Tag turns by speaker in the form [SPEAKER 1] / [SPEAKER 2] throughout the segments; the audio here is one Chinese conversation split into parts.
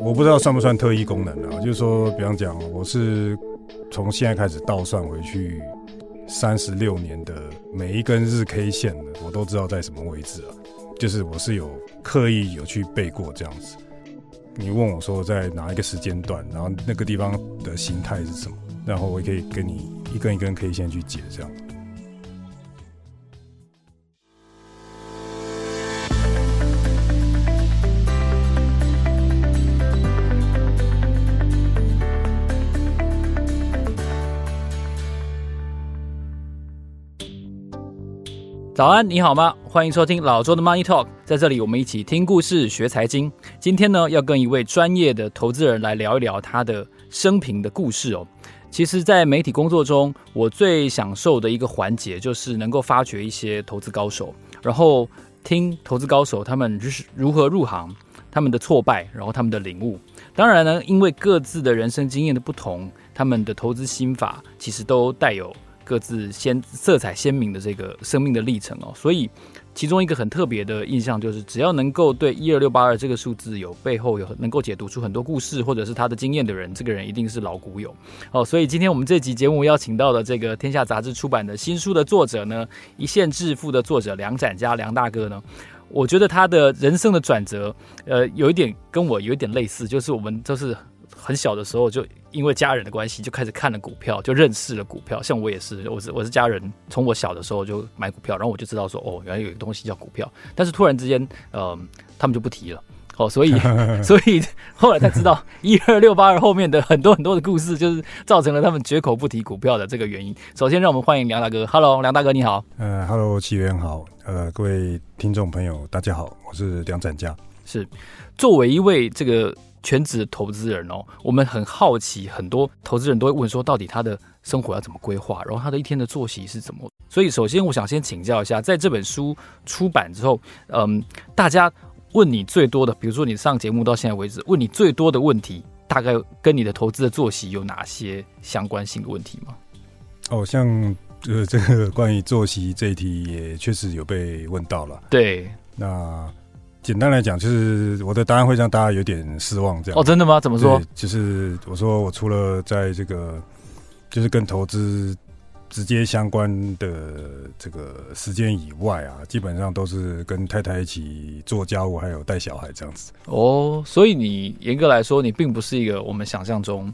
[SPEAKER 1] 我不知道算不算特异功能啊，就是说，比方讲，我是从现在开始倒算回去三十六年的每一根日 K 线的，我都知道在什么位置啊，就是我是有刻意有去背过这样子。你问我说在哪一个时间段，然后那个地方的形态是什么，然后我也可以跟你一根一根 K 线去解这样。
[SPEAKER 2] 早安，你好吗？欢迎收听老周的 Money Talk，在这里我们一起听故事、学财经。今天呢，要跟一位专业的投资人来聊一聊他的生平的故事哦。其实，在媒体工作中，我最享受的一个环节就是能够发掘一些投资高手，然后听投资高手他们是如何入行、他们的挫败，然后他们的领悟。当然呢，因为各自的人生经验的不同，他们的投资心法其实都带有各自鲜色彩鲜明的这个生命的历程哦。所以，其中一个很特别的印象就是，只要能够对一二六八二这个数字有背后有能够解读出很多故事或者是他的经验的人，这个人一定是老股友哦。所以，今天我们这集节目邀请到的这个《天下》杂志出版的新书的作者呢，《一线致富》的作者梁展家梁大哥呢。我觉得他的人生的转折，呃，有一点跟我有一点类似，就是我们都是很小的时候就因为家人的关系就开始看了股票，就认识了股票。像我也是，我是我是家人，从我小的时候就买股票，然后我就知道说，哦，原来有一个东西叫股票。但是突然之间，呃，他们就不提了。哦，所以所以后来才知道一二六八二后面的很多很多的故事，就是造成了他们绝口不提股票的这个原因。首先，让我们欢迎梁大哥。Hello，梁大哥，你好。
[SPEAKER 1] 呃，Hello，起源好，呃，各位听众朋友，大家好，我是梁展家。
[SPEAKER 2] 是，作为一位这个全职投资人哦，我们很好奇，很多投资人都会问说，到底他的生活要怎么规划，然后他的一天的作息是怎么？所以，首先我想先请教一下，在这本书出版之后，嗯，大家问你最多的，比如说你上节目到现在为止，问你最多的问题，大概跟你的投资的作息有哪些相关性的问题吗？
[SPEAKER 1] 哦，像呃，这个关于作息这一题也确实有被问到了。
[SPEAKER 2] 对，
[SPEAKER 1] 那简单来讲，就是我的答案会让大家有点失望，这样。
[SPEAKER 2] 哦，真的吗？怎么
[SPEAKER 1] 我
[SPEAKER 2] 说？
[SPEAKER 1] 就是我说我除了在这个，就是跟投资直接相关的这个时间以外啊，基本上都是跟太太一起做家务，还有带小孩这样子。
[SPEAKER 2] 哦，所以你严格来说，你并不是一个我们想象中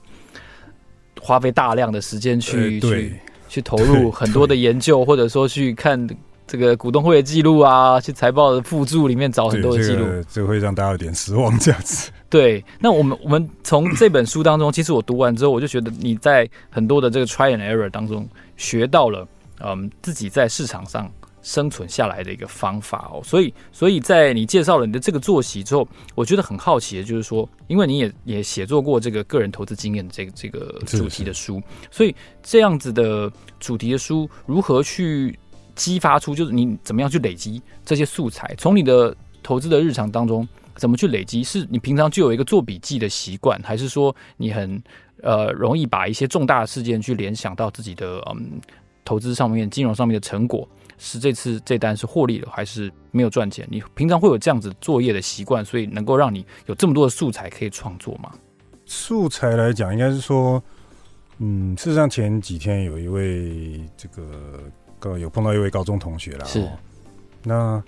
[SPEAKER 2] 花费大量的时间去、
[SPEAKER 1] 呃
[SPEAKER 2] 去
[SPEAKER 1] 对，
[SPEAKER 2] 去投入很多的研究，或者说去看这个股东会的记录啊，去财报的附注里面找哦
[SPEAKER 1] 对，
[SPEAKER 2] 很多的记
[SPEAKER 1] 这
[SPEAKER 2] 录。
[SPEAKER 1] 个这个会让大家有点失望这样子。
[SPEAKER 2] 对，那我们我们从这本书当中，其实我读完之后，我就觉得你在很多的这个 try and error 当中学到了，嗯，自己在市场上生存下来的一个方法哦。所以，所以在你介绍了你的这个作息之后，我觉得很好奇的就是说，因为你也也写作过这个个人投资经验的这个这个
[SPEAKER 1] 是
[SPEAKER 2] 主题的书，所以这样子的主题的书如何去激发出，就是你怎么样去累积这些素材，从你的投资的日常当中。怎么去累积？是你平常就有一个做笔记的习惯，还是说你很呃容易把一些重大的事件去联想到自己的嗯投资上面、金融上面的成果？是这次这单是获利了，还是没有赚钱？你平常会有这样子作业的习惯，所以能够让你有这么多的素材可以创作吗？
[SPEAKER 1] 素材来讲，应该是说，嗯，事实上前几天有一位这个个有碰到一位高中同学啦，
[SPEAKER 2] 是
[SPEAKER 1] 哦那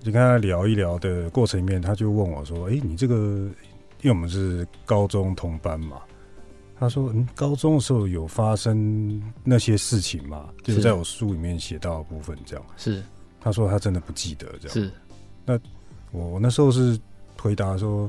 [SPEAKER 1] 就跟他聊一聊的过程里面，他就问我说：“诶，你这个，因为我们是高中同班嘛。”他说：“嗯，高中的时候有发生那些事情嘛？就是
[SPEAKER 2] 是
[SPEAKER 1] 在我书里面写到的部分这样。
[SPEAKER 2] 是”
[SPEAKER 1] 他说他真的不记得这样。
[SPEAKER 2] 是
[SPEAKER 1] 我我那时候是回答说，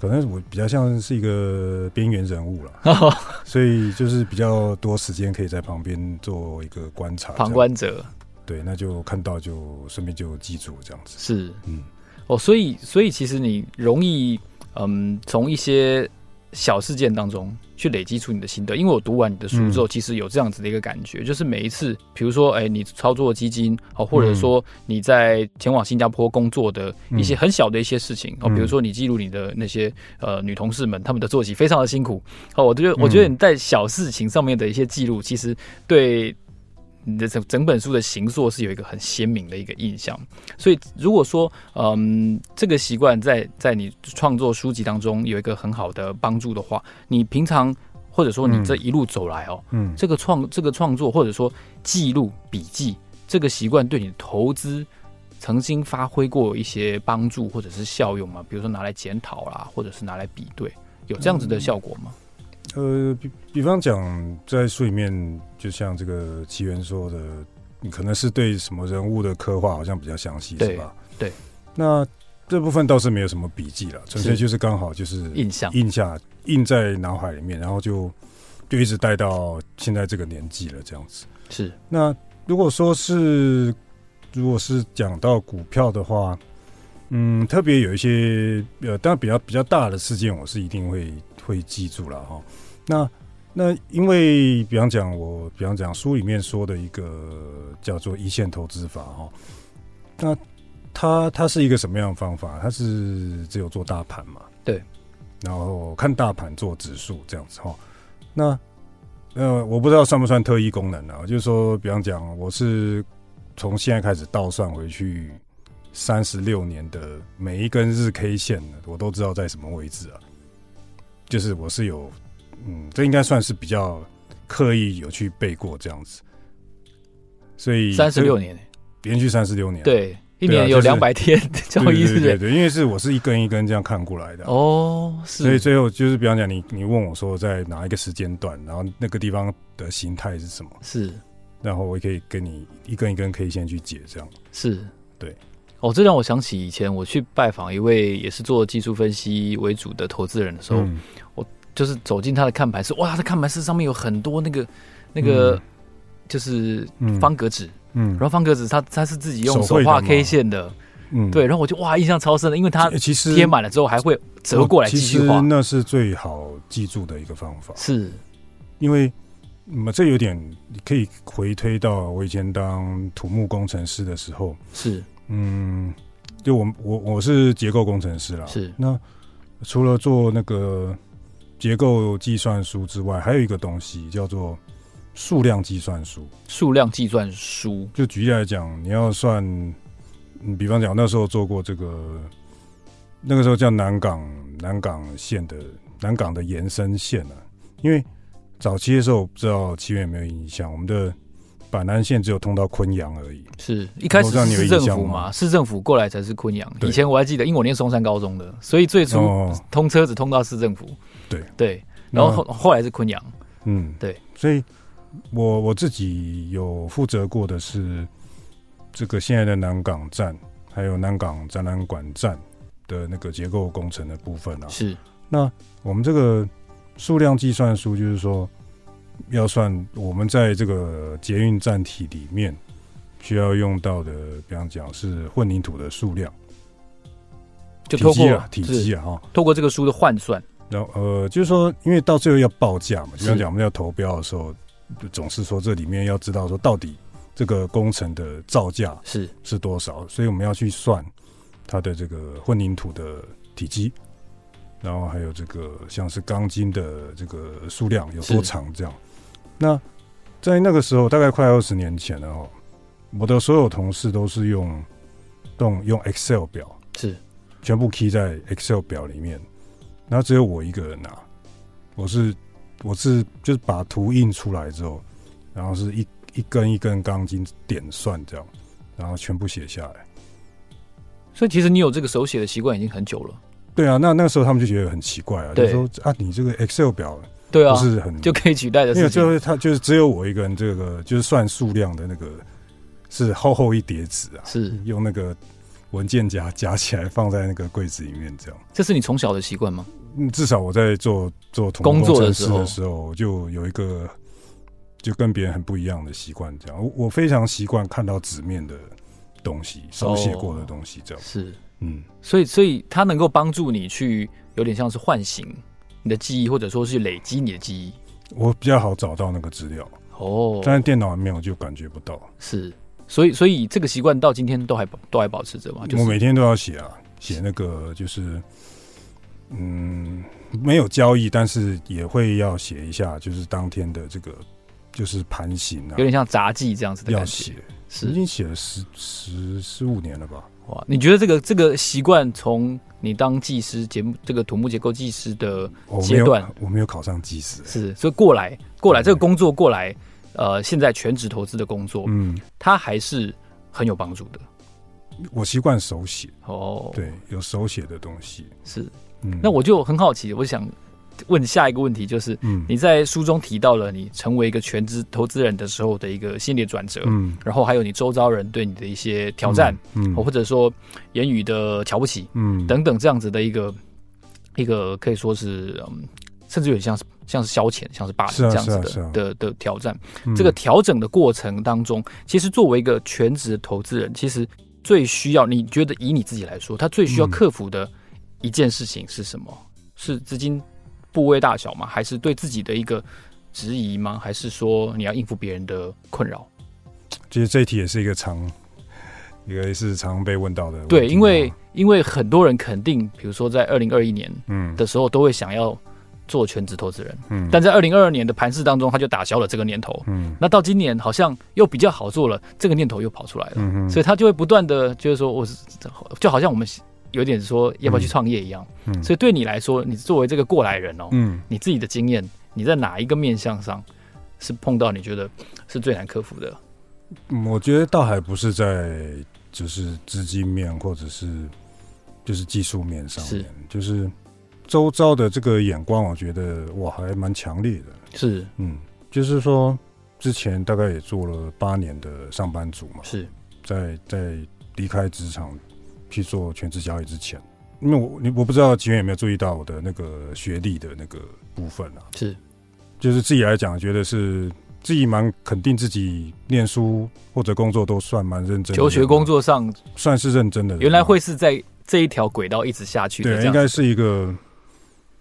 [SPEAKER 1] 可能我比较像是一个边缘人物啦，所以就是比较多时间可以在旁边做一个观察，
[SPEAKER 2] 旁。观者
[SPEAKER 1] 对，那就看到就顺便就记住这样子。
[SPEAKER 2] 是
[SPEAKER 1] 嗯，
[SPEAKER 2] 哦，所以所以其实你容易嗯从一些小事件当中去累积出你的心得，因为我读完你的书
[SPEAKER 1] 嗯
[SPEAKER 2] 之后，其实有这样子的一个感觉，就是每一次，比如说哎、你操作基金哦，或者
[SPEAKER 1] 嗯
[SPEAKER 2] 说你在前往新加坡工作的一些
[SPEAKER 1] 嗯
[SPEAKER 2] 很小的一些事情、哦，比如
[SPEAKER 1] 嗯
[SPEAKER 2] 说你记录你的那些呃女同事们她们的作息非常的辛苦哦，我觉得我觉得
[SPEAKER 1] 嗯
[SPEAKER 2] 你在小事情上面的一些记录，其实对。你的整整本书的形塑是有一个很鲜明的一个印象。所以如果说，嗯，这个习惯在在你创作书籍当中有一个很好的帮助的话，你平常或者说你这一路走来哦，
[SPEAKER 1] 嗯，
[SPEAKER 2] 这个创这个创作或者说记录笔记这个习惯对你的投资曾经发挥过一些帮助或者是效用吗？比如说拿来检讨啦，或者是拿来比对，有这样子的效果吗？
[SPEAKER 1] 呃，比比方讲，在书里面，就像这个奇缘说的，你可能是对什么人物的刻画好像比较详细，
[SPEAKER 2] 对
[SPEAKER 1] 是吧？
[SPEAKER 2] 对。
[SPEAKER 1] 那这部分倒是没有什么笔记了，纯粹
[SPEAKER 2] 是
[SPEAKER 1] 就是刚
[SPEAKER 2] 嗯
[SPEAKER 1] 好就是
[SPEAKER 2] 印象
[SPEAKER 1] 印下印在脑海里面，然后就就一直带到现在这个年纪了，这样子。
[SPEAKER 2] 是
[SPEAKER 1] 那如果说是如果是讲到股票的话，嗯，特别有一些呃，当然比较比较大的事件，我是一定会会记住了哈。那那因为比方讲我比方讲书里面说的一个叫做一线投资法哈，那它它是一个什么样的方法？它是只有做大盘嘛？
[SPEAKER 2] 对，
[SPEAKER 1] 然后看大盘做指数这样子哈。那呃，我不知道算不算特异功能啊，就是说，比方讲，我是从现在开始倒算回去三十六年的每一根日 K 线呢，我都知道在什么位置啊。就是我是有，嗯，这应该算是比较刻意有去背过这样子，所以
[SPEAKER 2] 三十六年，
[SPEAKER 1] 连续三十六年，
[SPEAKER 2] 对，一
[SPEAKER 1] 对啊
[SPEAKER 2] 年有
[SPEAKER 1] 就是
[SPEAKER 2] 两 百天 交易
[SPEAKER 1] 对对对
[SPEAKER 2] 日，
[SPEAKER 1] 对，因为是我是一根一根这样看过来的啊、
[SPEAKER 2] 哦，是，
[SPEAKER 1] 所以最后就是，比方讲你，你问我说在哪一个时间段，然后那个地方的形态是什么，
[SPEAKER 2] 是
[SPEAKER 1] 然后我也可以跟你一根一根可以先去解这样。
[SPEAKER 2] 是，
[SPEAKER 1] 对。
[SPEAKER 2] 哦，这让我想起以前我去拜访一位也是做技术分析为主的投资人的时候，
[SPEAKER 1] 嗯
[SPEAKER 2] 就是走进他的看盘室，哇，他的看盘室上面有很多那个那个、
[SPEAKER 1] 嗯
[SPEAKER 2] 就是
[SPEAKER 1] 嗯
[SPEAKER 2] 方格纸，
[SPEAKER 1] 嗯
[SPEAKER 2] 然后方格纸他他是自己用
[SPEAKER 1] 手
[SPEAKER 2] 手
[SPEAKER 1] 绘的
[SPEAKER 2] 画
[SPEAKER 1] 嘛
[SPEAKER 2] K 线的，
[SPEAKER 1] 嗯
[SPEAKER 2] 对，，然后我就哇印象超深的，因为他
[SPEAKER 1] 诶其实
[SPEAKER 2] 贴满了之后还会折过来继
[SPEAKER 1] 其
[SPEAKER 2] 续
[SPEAKER 1] 实
[SPEAKER 2] 画，
[SPEAKER 1] 那是最好记住的一个方法，
[SPEAKER 2] 是
[SPEAKER 1] 因为嗯，这有点你可以回推到我以前当土木工程师的时候，
[SPEAKER 2] 是
[SPEAKER 1] 嗯，就我我我是结构工程师啦，
[SPEAKER 2] 是
[SPEAKER 1] 那除了做那个结构计算书之外，还有一个东西叫做数量计算书。
[SPEAKER 2] 数量计算书，
[SPEAKER 1] 就举例来讲，你要算，嗯比方讲那时候做过这个，那个时候叫南港南港线的南港的延伸线啊，因为早期的时候，我不知道七月有没有印象，我们的板南线只有通到昆阳而已。
[SPEAKER 2] 是一开始
[SPEAKER 1] 我不知道
[SPEAKER 2] 是
[SPEAKER 1] 你有
[SPEAKER 2] 市
[SPEAKER 1] 印
[SPEAKER 2] 政
[SPEAKER 1] 象
[SPEAKER 2] 府
[SPEAKER 1] 吗
[SPEAKER 2] 嘛，市政府过来才是昆阳。
[SPEAKER 1] 对
[SPEAKER 2] 以前我还记得，因为我念松山高中的，所以最初
[SPEAKER 1] 哦，
[SPEAKER 2] 通车只通到市政府。
[SPEAKER 1] 对
[SPEAKER 2] 对，然后后后来是昆阳。
[SPEAKER 1] 嗯，
[SPEAKER 2] 对，
[SPEAKER 1] 所以我我自己有负责过的是这个现在的南港站，还有南港展览馆站的那个结构工程的部分啊。
[SPEAKER 2] 是
[SPEAKER 1] 我们这个数量计算书就是说，要算我们在这个捷运站体里面需要用到的，比方讲是混凝土的数量、
[SPEAKER 2] 就
[SPEAKER 1] 体
[SPEAKER 2] 透
[SPEAKER 1] 积
[SPEAKER 2] 过
[SPEAKER 1] 啊、体积
[SPEAKER 2] 是
[SPEAKER 1] 啊哈。
[SPEAKER 2] 透过这个书的换算，
[SPEAKER 1] 然后呃，就是说，因为到最后要报价嘛，
[SPEAKER 2] 是
[SPEAKER 1] 就像讲我们要投标的时候，总是说这里面要知道说到底这个工程的造价
[SPEAKER 2] 是
[SPEAKER 1] 是多少，所以我们要去算它的这个混凝土的体积，然后还有这个像是钢筋的这个数量有
[SPEAKER 2] 是
[SPEAKER 1] 多长这样。那在那个时候，大概快二十年前了哦，我的所有同事都是用用用 Excel 表，
[SPEAKER 2] 是
[SPEAKER 1] 全部 key 在 Excel 表里面，然后只有我一个人拿。我是我是就是把图印出来之后，然后是一一根一根钢筋点算这样，然后全部写下来。
[SPEAKER 2] 所以其实你有这个手写的习惯已经很久了。
[SPEAKER 1] 对啊，那那个时候他们就觉得很奇怪啊，就
[SPEAKER 2] 对
[SPEAKER 1] 说啊，你这个 Excel 表
[SPEAKER 2] 对啊
[SPEAKER 1] 不，是很、
[SPEAKER 2] 就可以取代的
[SPEAKER 1] 没有，
[SPEAKER 2] 事情
[SPEAKER 1] 就。是他就是只有我一个人，这个就是算数量的那个是厚厚一叠纸啊，
[SPEAKER 2] 是，
[SPEAKER 1] 用那个文件夹夹起来放在那个柜子里面这样。
[SPEAKER 2] 这是你从小的习惯吗？
[SPEAKER 1] 嗯，至少我在做做同
[SPEAKER 2] 工作的
[SPEAKER 1] 程
[SPEAKER 2] 时
[SPEAKER 1] 师
[SPEAKER 2] 候
[SPEAKER 1] 的时候，我就有一个就跟别人很不一样的习惯，这样我我非常习惯看到纸面的东西，手写过的东西，
[SPEAKER 2] 哦
[SPEAKER 1] 这样、
[SPEAKER 2] 是，
[SPEAKER 1] 嗯，
[SPEAKER 2] 所以所以它能够帮助你去有点像是唤醒你的记忆，或者说是累积你的记忆。
[SPEAKER 1] 我比较好找到那个资料，
[SPEAKER 2] 哦，
[SPEAKER 1] 但是电脑还没有就感觉不到。
[SPEAKER 2] 是，所以所以这个习惯到今天都还保都还保持着嘛，啊就
[SPEAKER 1] 我
[SPEAKER 2] 是
[SPEAKER 1] 每天都要写啊，写那个就是，嗯，没有交易，但是也会要写一下，就是当天的这个就是盘形啊
[SPEAKER 2] 有，点像杂技这样子的
[SPEAKER 1] 要
[SPEAKER 2] 感觉
[SPEAKER 1] 写。，已
[SPEAKER 2] 是
[SPEAKER 1] 经写了十十十五年了吧？
[SPEAKER 2] 哇，你觉得这个这个习惯从你当技师节目这个土木结构技师的
[SPEAKER 1] 我没
[SPEAKER 2] 阶
[SPEAKER 1] 有
[SPEAKER 2] 段，
[SPEAKER 1] 我没有考上技师。
[SPEAKER 2] 是，所以过来过
[SPEAKER 1] 嗯
[SPEAKER 2] 来这个工作过来，呃，现在全职投资的工作，
[SPEAKER 1] 嗯，
[SPEAKER 2] 它还是很有帮助的。
[SPEAKER 1] 我习惯手写，
[SPEAKER 2] 哦，，
[SPEAKER 1] 对，有手写的东西。
[SPEAKER 2] 是。
[SPEAKER 1] 嗯，
[SPEAKER 2] 那我就很好奇，我想问下一个问题，就是
[SPEAKER 1] 嗯
[SPEAKER 2] 你在书中提到了你成为一个全职投资人的时候的一个心理转折，
[SPEAKER 1] 嗯
[SPEAKER 2] 然后还有你周遭人对你的一些挑战，，
[SPEAKER 1] 嗯
[SPEAKER 2] 或者说言语的瞧不起
[SPEAKER 1] 嗯
[SPEAKER 2] 等等这样子的一个一个可以说是，嗯、甚至有点像是像是消遣，像是霸凌
[SPEAKER 1] 是啊
[SPEAKER 2] 这样子
[SPEAKER 1] 是啊
[SPEAKER 2] 的、
[SPEAKER 1] 是啊
[SPEAKER 2] 的的挑战。
[SPEAKER 1] 嗯
[SPEAKER 2] 这个调整的过程当中，其实作为一个全职的投资人，其实最需要你觉得以你自己来说，他最需要
[SPEAKER 1] 嗯
[SPEAKER 2] 克服的一件事情是什么？是资金部位大小吗？还是对自己的一个质疑吗？还是说你要应付别人的困扰？
[SPEAKER 1] 其实这一题也是一个常，一个是常被问到的问题啊。
[SPEAKER 2] 对，因为因为很多人肯定，比如说在二零二一年
[SPEAKER 1] 嗯
[SPEAKER 2] 的时候，都会想要做全职投资人，
[SPEAKER 1] 嗯，
[SPEAKER 2] 但在二零二二年的盘市当中，他就打消了这个念头。
[SPEAKER 1] 嗯
[SPEAKER 2] 那到今年好像又比较好做了，这个念头又跑出来了。
[SPEAKER 1] 嗯嗯，
[SPEAKER 2] 所以他就会不断的就是说，我是就好像我们有点说要不要去创业一样。
[SPEAKER 1] 嗯
[SPEAKER 2] 所以对你来说，你作为这个过来人哦，
[SPEAKER 1] 嗯
[SPEAKER 2] 你自己的经验，你在哪一个面向上是碰到你觉得是最难克服的？
[SPEAKER 1] 嗯，我觉得倒还不是在就是资金面或者是就是技术面上面
[SPEAKER 2] 是，
[SPEAKER 1] 就是周遭的这个眼光，我觉得我还蛮强烈的。
[SPEAKER 2] 是
[SPEAKER 1] 嗯，就是说之前大概也做了八年的上班族嘛，
[SPEAKER 2] 是
[SPEAKER 1] 在在离开职场去做全职交易之前，因为我你我不知道吉远有没有注意到我的那个学历的那个部分啊，
[SPEAKER 2] 是
[SPEAKER 1] 就是自己来讲，觉得是自己蛮肯定自己念书或者工作都算蛮认真的，啊
[SPEAKER 2] 求学工作上
[SPEAKER 1] 算是认真的人啊，
[SPEAKER 2] 原来会是在这一条轨道一直下去的，
[SPEAKER 1] 对，
[SPEAKER 2] 这
[SPEAKER 1] 应
[SPEAKER 2] 样
[SPEAKER 1] 该
[SPEAKER 2] 子
[SPEAKER 1] 是一个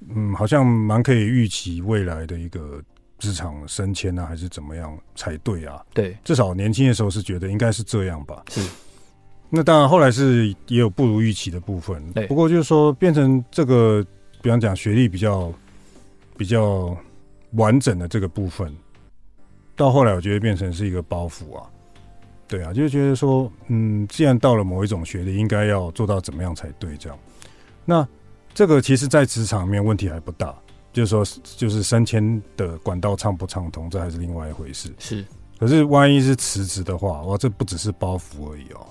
[SPEAKER 1] 嗯，好像蛮可以预期未来的一个职场升迁啊，还是怎么样才对啊？
[SPEAKER 2] 对
[SPEAKER 1] 至少年轻的时候是觉得应该是这样吧。
[SPEAKER 2] 是
[SPEAKER 1] 那当然，后来是也有不如预期的部分
[SPEAKER 2] 对。
[SPEAKER 1] 不过就是说，变成这个，比方讲学历比较比较完整的这个部分，到后来我觉得变成是一个包袱啊。对啊，就是觉得说，嗯，既然到了某一种学历，应该要做到怎么样才对，这样。那这个其实，在职场面问题还不大，就是说，就是升迁的管道畅不畅通，这还是另外一回事。
[SPEAKER 2] 是
[SPEAKER 1] 可是万一是辞职的话，哇，这不只是包袱而已哦，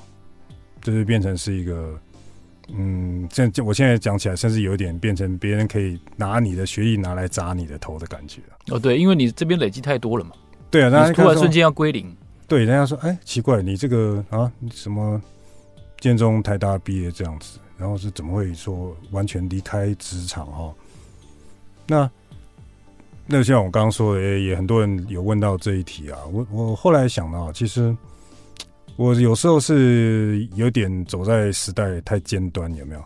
[SPEAKER 1] 这就是变成是一个，嗯，这这我现在讲起来，甚至有一点变成别人可以拿你的学历拿来砸你的头的感觉。
[SPEAKER 2] 哦对，因为你这边累积太多了嘛，
[SPEAKER 1] 对啊，大家
[SPEAKER 2] 你突然
[SPEAKER 1] 看
[SPEAKER 2] 瞬
[SPEAKER 1] 说，
[SPEAKER 2] 间要归零，
[SPEAKER 1] 对，人家说，哎，奇怪，你这个啊，你什么建中、台大毕业这样子，然后是怎么会说完全离开职场哦？那那像我刚刚说的，也也很多人有问到这一题啊。我我后来想到，啊其实我有时候是有点走在时代太尖端，有没有？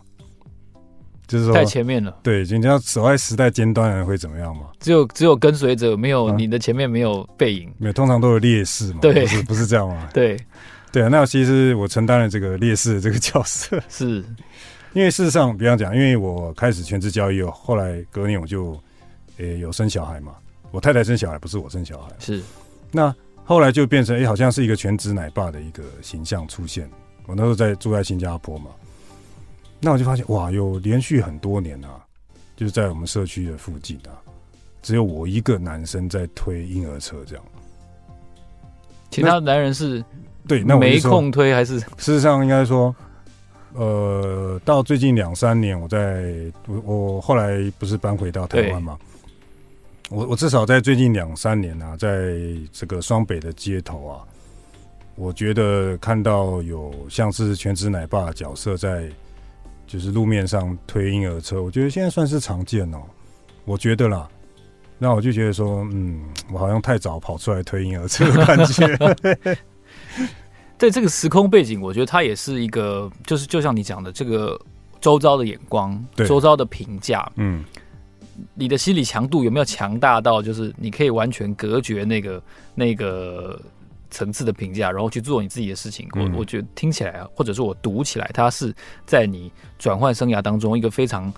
[SPEAKER 1] 就是
[SPEAKER 2] 太
[SPEAKER 1] 说，
[SPEAKER 2] 前面了，
[SPEAKER 1] 对，啊人家走在时代尖端的人会怎么样嘛？
[SPEAKER 2] 只有只有跟随着，没有
[SPEAKER 1] 嗯
[SPEAKER 2] 你的前面没有背影，
[SPEAKER 1] 没有，通常都有劣势嘛，
[SPEAKER 2] 对
[SPEAKER 1] 不是不是这样嘛？
[SPEAKER 2] 对
[SPEAKER 1] 对啊，那其实我承担了这个劣势的这个角色，
[SPEAKER 2] 是
[SPEAKER 1] 因为事实上，比方讲，因为我开始全职交易，后来隔年我就，诶、有生小孩嘛，我太太生小孩，不是我生小孩，
[SPEAKER 2] 是
[SPEAKER 1] 那后来就变成，诶、好像是一个全职奶爸的一个形象出现。我那时候在住在新加坡嘛，那我就发现，哇，有连续很多年啊，就是在我们社区的附近啊，只有我一个男生在推婴儿车这样。
[SPEAKER 2] 其他男人是
[SPEAKER 1] 对，那我就
[SPEAKER 2] 没
[SPEAKER 1] 说
[SPEAKER 2] 空推还是
[SPEAKER 1] 事实上应该说，呃，到最近两三年，我在我我后来不是搬回到台湾嘛，我我至少在最近两三年啊，在这个双北的街头啊，我觉得看到有像是全职奶爸的角色在就是路面上推婴儿车，我觉得现在算是常见哦，我觉得啦。那我就觉得说，嗯，我好像太早跑出来推婴儿车的感 觉，
[SPEAKER 2] 对这个时空背景，我觉得它也是一个，就是就像你讲的，这个周遭的眼光，
[SPEAKER 1] 对
[SPEAKER 2] 周遭的评价，
[SPEAKER 1] 嗯，
[SPEAKER 2] 你的心理强度有没有强大到，就是你可以完全隔绝那个那个层次的评价，然后去做你自己的事情？我、
[SPEAKER 1] 嗯
[SPEAKER 2] 我觉得听起来啊，或者说我读起来，它是在你转换生涯当中一个非常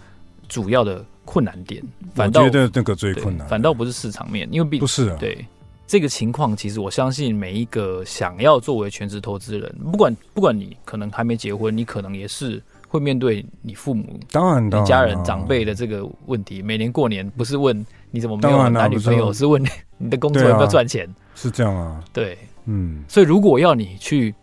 [SPEAKER 2] 主要的困难点，
[SPEAKER 1] 我
[SPEAKER 2] 反倒
[SPEAKER 1] 觉得那个最
[SPEAKER 2] 对
[SPEAKER 1] 困难的，
[SPEAKER 2] 反倒不是市场面，因为比
[SPEAKER 1] 不是啊，
[SPEAKER 2] 对这个情况，其实我相信每一个想要作为全职投资人，不管不管你可能还没结婚，你可能也是会面对你父母、
[SPEAKER 1] 当然，当
[SPEAKER 2] 你
[SPEAKER 1] 然
[SPEAKER 2] 家人
[SPEAKER 1] 啊、
[SPEAKER 2] 长辈的这个问题。每年过年不是问你怎么没
[SPEAKER 1] 当
[SPEAKER 2] 有
[SPEAKER 1] 然啦
[SPEAKER 2] 男女
[SPEAKER 1] 不是
[SPEAKER 2] 朋
[SPEAKER 1] 啊
[SPEAKER 2] 友，是问你你的工作
[SPEAKER 1] 对啊
[SPEAKER 2] 有没有赚钱。
[SPEAKER 1] 是这样啊，
[SPEAKER 2] 对，
[SPEAKER 1] 嗯
[SPEAKER 2] 所以如果要你去，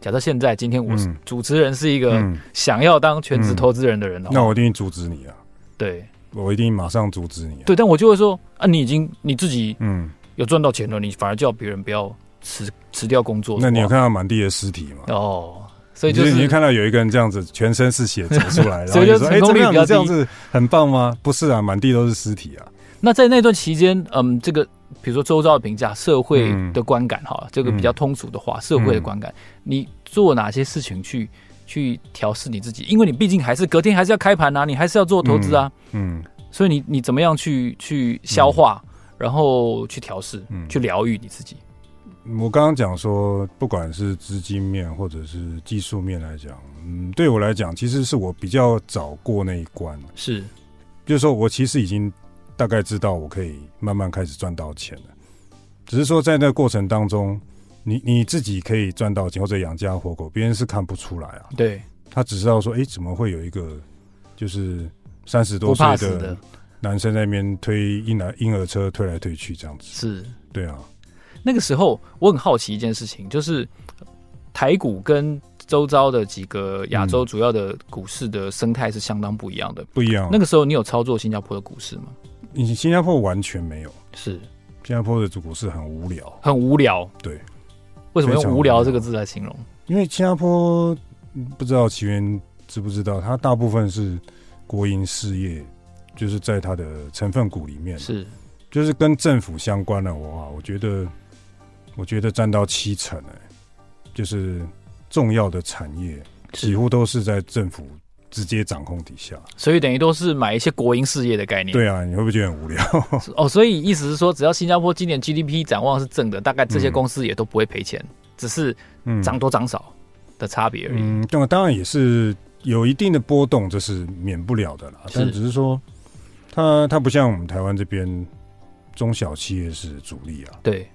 [SPEAKER 2] 假设现在今天我是
[SPEAKER 1] 嗯
[SPEAKER 2] 主持人是一个
[SPEAKER 1] 嗯，
[SPEAKER 2] 想要当全职
[SPEAKER 1] 嗯
[SPEAKER 2] 投资人的人的话，
[SPEAKER 1] 那我一定阻止你啊，
[SPEAKER 2] 对
[SPEAKER 1] 我一定马上阻止你、啊。
[SPEAKER 2] 对，但我就会说啊，你已经你自己
[SPEAKER 1] 嗯，
[SPEAKER 2] 有赚到钱了，你反而叫别人不要辞辞掉工作的话。
[SPEAKER 1] 那你有看到满地的尸体吗？
[SPEAKER 2] 哦，所以就
[SPEAKER 1] 就是
[SPEAKER 2] 是
[SPEAKER 1] 你看到有一个人这样子，全身是血走出 来，然
[SPEAKER 2] 所
[SPEAKER 1] 后你
[SPEAKER 2] 以就
[SPEAKER 1] 说：“
[SPEAKER 2] 成
[SPEAKER 1] 哎，
[SPEAKER 2] 功
[SPEAKER 1] 怎么
[SPEAKER 2] 率
[SPEAKER 1] 样？
[SPEAKER 2] 比较
[SPEAKER 1] 你这样
[SPEAKER 2] 低
[SPEAKER 1] 子很棒吗？”不是啊，满地都是尸体啊。
[SPEAKER 2] 那在那段期间，嗯，这个比如说周遭的评价、社会
[SPEAKER 1] 嗯
[SPEAKER 2] 的观感，哈、这个比较通俗的话，社会的观感，你做哪些事情去去调试你自己？因为你毕竟还是隔天还是要开盘啊，你还是要做投资啊，
[SPEAKER 1] 嗯
[SPEAKER 2] 所以你你怎么样去去消化，然后去调试，
[SPEAKER 1] 嗯，
[SPEAKER 2] 去疗愈你自己？
[SPEAKER 1] 我刚刚讲说，不管是资金面或者是技术面来讲，嗯，对我来讲，其实是我比较早过那一关。
[SPEAKER 2] 是，
[SPEAKER 1] 就是说我其实已经大概知道我可以慢慢开始赚到钱了，只是说在那个过程当中，你你自己可以赚到钱或者养家活口，别人是看不出来啊。
[SPEAKER 2] 对，
[SPEAKER 1] 他只知道说，哎、怎么会有一个就是三十
[SPEAKER 2] 不
[SPEAKER 1] 多岁
[SPEAKER 2] 怕死
[SPEAKER 1] 的
[SPEAKER 2] 的，
[SPEAKER 1] 男生在那边推婴儿婴儿车推来推去这样子？
[SPEAKER 2] 是。
[SPEAKER 1] 对啊，
[SPEAKER 2] 那个时候我很好奇一件事情，就是台股跟周遭的几个亚
[SPEAKER 1] 嗯
[SPEAKER 2] 洲主要的股市的生态是相当不一样的。
[SPEAKER 1] 不一样。啊
[SPEAKER 2] 那个时候你有操作新加坡的股市吗？
[SPEAKER 1] 你新加坡完全没有，
[SPEAKER 2] 是
[SPEAKER 1] 新加坡的股市很无聊。
[SPEAKER 2] 很无聊。
[SPEAKER 1] 对，
[SPEAKER 2] 为什么
[SPEAKER 1] 非
[SPEAKER 2] 用
[SPEAKER 1] 常
[SPEAKER 2] “无聊”
[SPEAKER 1] 无聊
[SPEAKER 2] 这个字来形容？
[SPEAKER 1] 因为新加坡嗯不知道奇源知不知道，它大部分是国营事业，就是在它的成分股里面，
[SPEAKER 2] 是
[SPEAKER 1] 就是跟政府相关的话，我觉得我觉得占到七成、哎，就是重要的产业几
[SPEAKER 2] 是，
[SPEAKER 1] 乎都是在政府直接掌控底下。
[SPEAKER 2] 所以等于都是买一些国营事业的概念。
[SPEAKER 1] 对啊，你会不会觉得很无聊？
[SPEAKER 2] 哦，所以意思是说，只要新加坡今年 GDP 展望是正的，大概这些
[SPEAKER 1] 嗯
[SPEAKER 2] 公司也都不会赔钱，只是
[SPEAKER 1] 嗯
[SPEAKER 2] 涨多涨少的差别而已。
[SPEAKER 1] 嗯，当当然也是有一定的波动，这是免不了的啦。
[SPEAKER 2] 是
[SPEAKER 1] 但只是说，它它不像我们台湾这边中小企业是主力啊。
[SPEAKER 2] 对，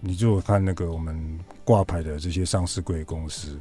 [SPEAKER 1] 你就看那个我们挂牌的这些上市贵公司，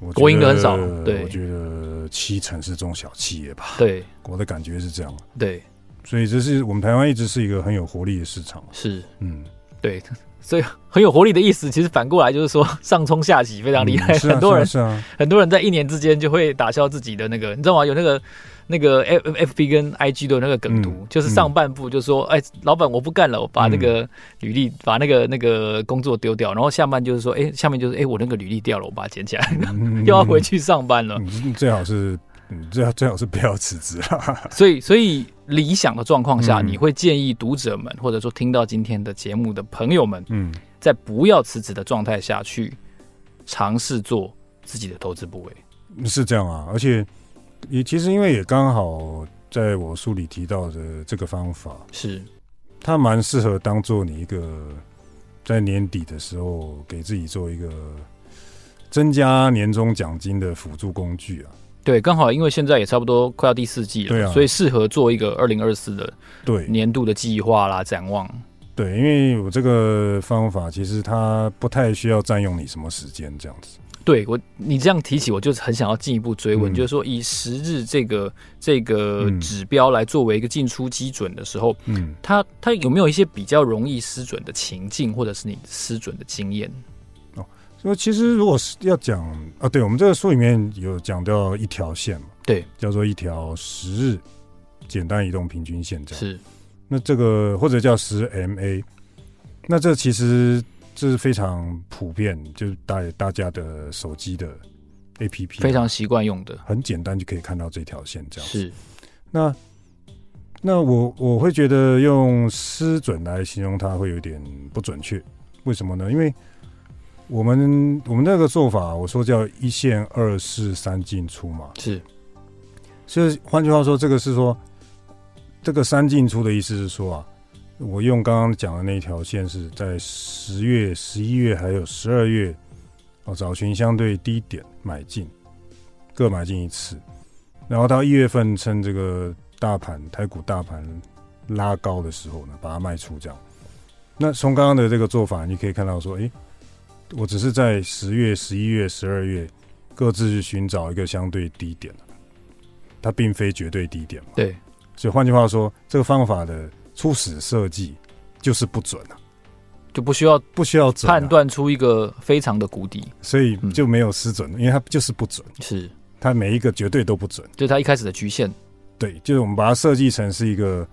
[SPEAKER 1] 我觉得
[SPEAKER 2] 国营的很少对
[SPEAKER 1] 我觉得七成是中小企业吧，
[SPEAKER 2] 对，
[SPEAKER 1] 我的感觉是这样。
[SPEAKER 2] 对，
[SPEAKER 1] 所以这是我们台湾一直是一个很有活力的市场啊。
[SPEAKER 2] 是。
[SPEAKER 1] 嗯，
[SPEAKER 2] 对， 所以很有活力的意思，其实反过来就是说上冲下洗非常厉害，
[SPEAKER 1] 嗯是啊
[SPEAKER 2] 很多人
[SPEAKER 1] 是啊是啊
[SPEAKER 2] 很多人在一年之间就会打消自己的那个，你知道吗？有那个那个 F F B 跟 I G 的那个梗图，
[SPEAKER 1] 嗯
[SPEAKER 2] 就是上半部就说，哎、老板我不干了，我把那个履历、把那个那个工作丢掉，然后下半就是说，哎，下面就是哎我那个履历掉了，我把它捡起来，
[SPEAKER 1] 嗯
[SPEAKER 2] 又要回。去上班了。
[SPEAKER 1] 嗯嗯最好是，嗯最好最好是不要辞职啊啦。
[SPEAKER 2] 所以，所以理想的状况下，
[SPEAKER 1] 嗯
[SPEAKER 2] 你会建议读者们，或者说听到今天的节目的朋友们，
[SPEAKER 1] 嗯。
[SPEAKER 2] 在不要辞职的状态下去尝试做自己的投资部位。
[SPEAKER 1] 是这样啊，而且也其实因为也刚好在我书里提到的这个方法，
[SPEAKER 2] 是
[SPEAKER 1] 它蛮适合当做你一个在年底的时候给自己做一个增加年终奖金的辅助工具啊。
[SPEAKER 2] 对，刚好因为现在也差不多快要第四季了，
[SPEAKER 1] 对啊
[SPEAKER 2] 所以适合做一个二零二四的
[SPEAKER 1] 对
[SPEAKER 2] 年度的计划啦、展望。
[SPEAKER 1] 对，因为我这个方法其实它不太需要占用你什么时间这样子。
[SPEAKER 2] 对我，你这样提起，我就很想要进一步追问，
[SPEAKER 1] 嗯
[SPEAKER 2] 就是说以十日这个这个
[SPEAKER 1] 嗯
[SPEAKER 2] 指标来作为一个进出基准的时候，
[SPEAKER 1] 嗯，
[SPEAKER 2] 它它有没有一些比较容易失准的情境，或者是你失准的经验？
[SPEAKER 1] 所以其实如果是要讲啊，对我们这个书里面有讲到一条线嘛，
[SPEAKER 2] 对，
[SPEAKER 1] 叫做一条十日简单移动平均线这样。
[SPEAKER 2] 是
[SPEAKER 1] 那这个或者叫十 MA，那这其实这是非常普遍，就是大大家的手机的 APP，
[SPEAKER 2] 非常习惯用的，
[SPEAKER 1] 很简单就可以看到这条线这样。
[SPEAKER 2] 是
[SPEAKER 1] 那那我我会觉得用失准来形容它会有点不准确，为什么呢？因为我们我们那个做法，我说叫一线二四三进出嘛，
[SPEAKER 2] 是
[SPEAKER 1] 所以换句话说，这个是说，这个三进出的意思是说啊，我用刚刚讲的那条线是在十月、十一月还有十二月，哦，找寻相对低点买进，各买进一次，然后到一月份趁这个大盘台股大盘拉高的时候呢，把它卖出这样。那从刚刚的这个做法，你可以看到说，诶，我只是在十月、十一月、十二月各自寻找一个相对低点，它并非绝对低点嘛。
[SPEAKER 2] 对，
[SPEAKER 1] 所以换句话说，这个方法的初始设计就是不准啊，
[SPEAKER 2] 就不需要
[SPEAKER 1] 不需要准啊、
[SPEAKER 2] 判断出一个非常的谷底，
[SPEAKER 1] 所以就没有失准，因为它就是不准，
[SPEAKER 2] 是，
[SPEAKER 1] 它每一个绝对都不准。
[SPEAKER 2] 就是它一开始的局限。
[SPEAKER 1] 对，就是我们把它设计成是一个，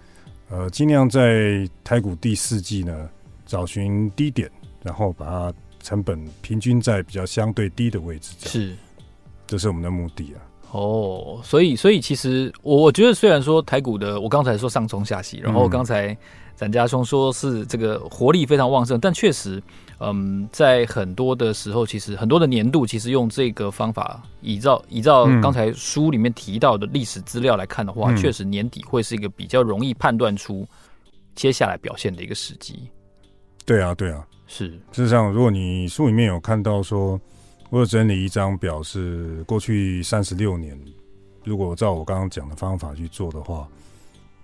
[SPEAKER 1] 呃，尽量在台股第四季呢找寻低点，然后把它成本平均在比较相对低的位置这样，
[SPEAKER 2] 是，
[SPEAKER 1] 这是我们的目的啊。
[SPEAKER 2] 哦，所以所以其实我我觉得虽然说台股的，我刚才说上冲下洗，然后
[SPEAKER 1] 嗯
[SPEAKER 2] 刚才展家兄说是这个活力非常旺盛，但确实，嗯，在很多的时候，其实很多的年度，其实用这个方法，依照依照
[SPEAKER 1] 嗯
[SPEAKER 2] 刚才书里面提到的历史资料来看的话，
[SPEAKER 1] 嗯
[SPEAKER 2] 确实年底会是一个比较容易判断出接下来表现的一个时机。
[SPEAKER 1] 对啊，对啊。
[SPEAKER 2] 是，
[SPEAKER 1] 事实上，如果你书里面有看到说，我有整理一张表，是过去三十六年，如果照我刚刚讲的方法去做的话，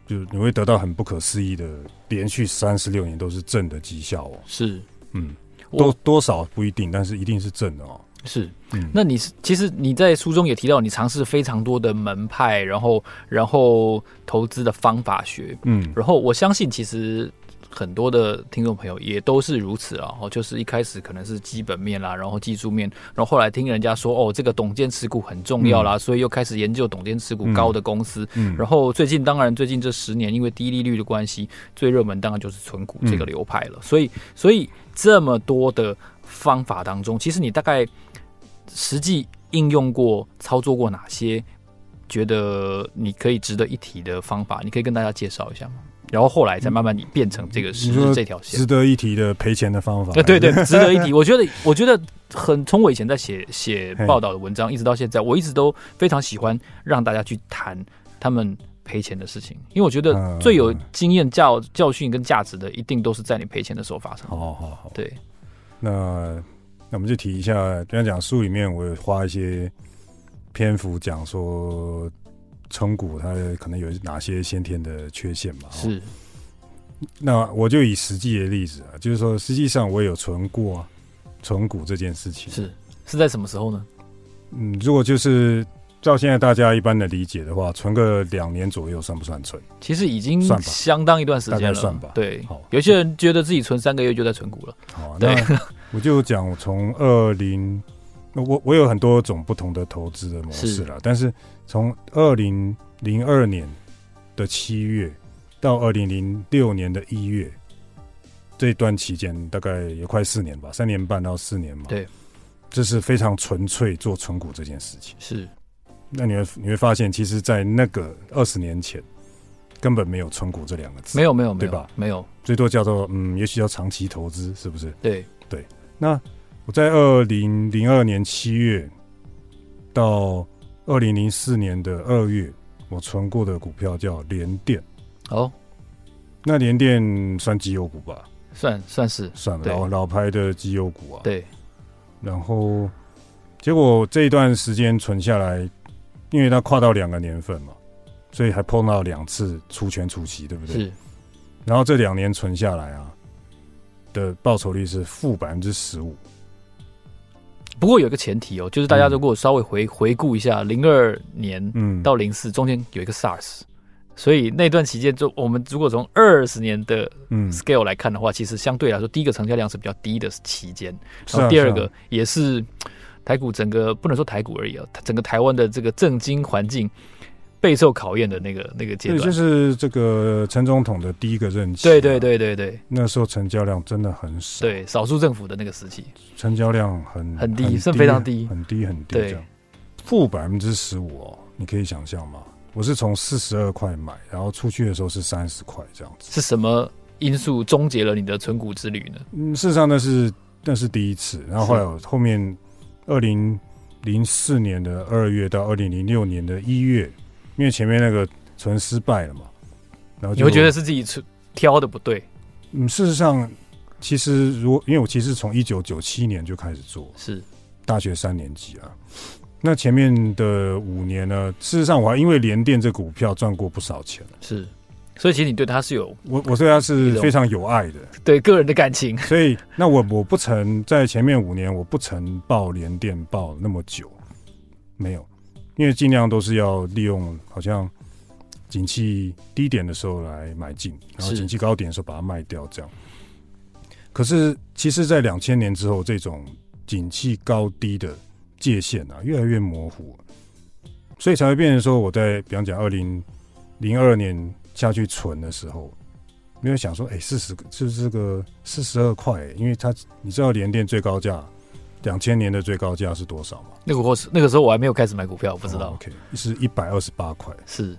[SPEAKER 1] 就你会得到很不可思议的，连续三十六年都是正的绩效哦。
[SPEAKER 2] 是，
[SPEAKER 1] 嗯，
[SPEAKER 2] 我
[SPEAKER 1] 多多少不一定，但是一定是正的哦。
[SPEAKER 2] 是，
[SPEAKER 1] 嗯，
[SPEAKER 2] 那你是其实你在书中也提到，你尝试非常多的门派，然后然后投资的方法学，
[SPEAKER 1] 嗯
[SPEAKER 2] 然后我相信其实很多的听众朋友也都是如此啊，哦，就是一开始可能是基本面啦，然后技术面，然后后来听人家说哦，这个董监持股很重要啦，所以又开始研究董监持股高的公司。
[SPEAKER 1] 嗯，
[SPEAKER 2] 然后最近当然最近这十年因为低利率的关系，最热门当然就是存股这
[SPEAKER 1] 嗯
[SPEAKER 2] 个流派了。所以所以这么多的方法当中，其实你大概实际应用过、操作过哪些？觉得你可以值得一提的方法，你可以跟大家介绍一下吗？然后后来再慢慢你变成这个实
[SPEAKER 1] 嗯你说
[SPEAKER 2] 这条线
[SPEAKER 1] 值。得一提的赔钱的方法。
[SPEAKER 2] 呃，对对， 值得一提。我觉得，我觉得很从我以前在写写
[SPEAKER 1] 嘿
[SPEAKER 2] 报道的文章，一直到现在，我一直都非常喜欢让大家去谈他们赔钱的事情，因为我觉得
[SPEAKER 1] 嗯
[SPEAKER 2] 最有经验教教训跟价值的，一定都是在你赔钱的时候发生。
[SPEAKER 1] 好好好好，
[SPEAKER 2] 对，
[SPEAKER 1] 那那我们就提一下，刚才讲书里面我有花一些篇幅讲说，成股它可能有哪些先天的缺陷嘛。哦。
[SPEAKER 2] 是
[SPEAKER 1] 那我就以实际的例子啊，就是说，实际上我也有存过啊存股这件事情。
[SPEAKER 2] 是是在什么时候呢？
[SPEAKER 1] 嗯，如果就是照现在大家一般的理解的话，存个两年左右算不算存？
[SPEAKER 2] 其实已经
[SPEAKER 1] 算吧
[SPEAKER 2] 相当一段时间
[SPEAKER 1] 大
[SPEAKER 2] 了，
[SPEAKER 1] 概算吧
[SPEAKER 2] 对
[SPEAKER 1] 好，
[SPEAKER 2] 有些人觉得自己存三个月就在存股了，
[SPEAKER 1] 好、啊，
[SPEAKER 2] 对
[SPEAKER 1] 那我就讲，我从二零，我我有很多种不同的投资的模式啦，但是从二零零二年的七月到二零零六年的一月这一段期间，大概也快四年吧，三年半到四年嘛。
[SPEAKER 2] 对，
[SPEAKER 1] 这是非常纯粹做存股这件事情。
[SPEAKER 2] 是
[SPEAKER 1] 那你会你会发现，其实，在那个二十年前，根本没有存股这两个字，
[SPEAKER 2] 没有没有没
[SPEAKER 1] 对
[SPEAKER 2] 有
[SPEAKER 1] 吧
[SPEAKER 2] 没有，
[SPEAKER 1] 最多叫做嗯，也许叫长期投资，是不是？
[SPEAKER 2] 对，
[SPEAKER 1] 那我在二零零二年七月到二零零四年的二月，我存过的股票叫联电。
[SPEAKER 2] 哦，
[SPEAKER 1] 那联电算绩优股吧，
[SPEAKER 2] 算算是
[SPEAKER 1] 算了
[SPEAKER 2] 对
[SPEAKER 1] 老老牌的绩优股啊。
[SPEAKER 2] 对，
[SPEAKER 1] 然后结果这一段时间存下来，因为它跨到两个年份嘛，所以还碰到两次除权除息，对不对？
[SPEAKER 2] 是
[SPEAKER 1] 然后这两年存下来啊的报酬率是负百分之十五。
[SPEAKER 2] 不过有一个前提哦，就是大家如果稍微回、回顾一下零二年
[SPEAKER 1] 嗯，
[SPEAKER 2] 到零四中间有一个 SARS，所以那段期间就我们如果从二十年的
[SPEAKER 1] 嗯
[SPEAKER 2] scale 来看的话，其实相对来说第一个成交量是比较低的期间，
[SPEAKER 1] 是
[SPEAKER 2] 然后
[SPEAKER 1] 啊
[SPEAKER 2] 第二
[SPEAKER 1] 是
[SPEAKER 2] 个
[SPEAKER 1] 啊
[SPEAKER 2] 也是台股整个不能说台股而已啊，它整个台湾的这个政经环境备受考验的那个那个阶
[SPEAKER 1] 对，
[SPEAKER 2] 段
[SPEAKER 1] 就。是这个陈总统的第一个任期、啊
[SPEAKER 2] 对对，对对对
[SPEAKER 1] 那时候成交量真的很少，
[SPEAKER 2] 对，少数政府的那个时期，
[SPEAKER 1] 成交量很
[SPEAKER 2] 很低甚至非常低
[SPEAKER 1] 很低很低
[SPEAKER 2] 对
[SPEAKER 1] 这样，负百分之十五哦，你可以想象吗？我是从四十二块买，然后出去的时候是三十块这样子。
[SPEAKER 2] 是什么因素终结了你的存股之旅呢？
[SPEAKER 1] 嗯，事实上那是那是第一次，然后后来我后面二零零四年的二月到二零零六年的一月，因为前面那个存失败了嘛，然后
[SPEAKER 2] 你
[SPEAKER 1] 就
[SPEAKER 2] 会觉得是自己出挑的不对，
[SPEAKER 1] 嗯，事实上，其实如果因为我其实从一九九七年就开始做
[SPEAKER 2] 是
[SPEAKER 1] 大学三年级啊，那前面的五年呢，事实上我还因为联电这股票赚过不少钱，
[SPEAKER 2] 是所以其实你对他是有
[SPEAKER 1] 我我对他是非常有爱的，
[SPEAKER 2] 对个人的感情，
[SPEAKER 1] 所以那我我不曾在前面五年我不曾报连电报那么久，没有，因为尽量都是要利用好像景气低点的时候来买进，然后
[SPEAKER 2] 是
[SPEAKER 1] 景气高点的时候把它卖掉这样。可是其实，在两千年之后，这种景气高低的界限啊，越来越模糊了，所以才会变成说，我在比方讲二零零二年下去存的时候，没有想说，哎、四十是不是这个四十二块？因为它你知道联电最高价两千年的最高价是多少吗？
[SPEAKER 2] 那个我是那个时候我还没有开始买股票，我不知道、
[SPEAKER 1] 哦 OK，是一百二十八块。
[SPEAKER 2] 是，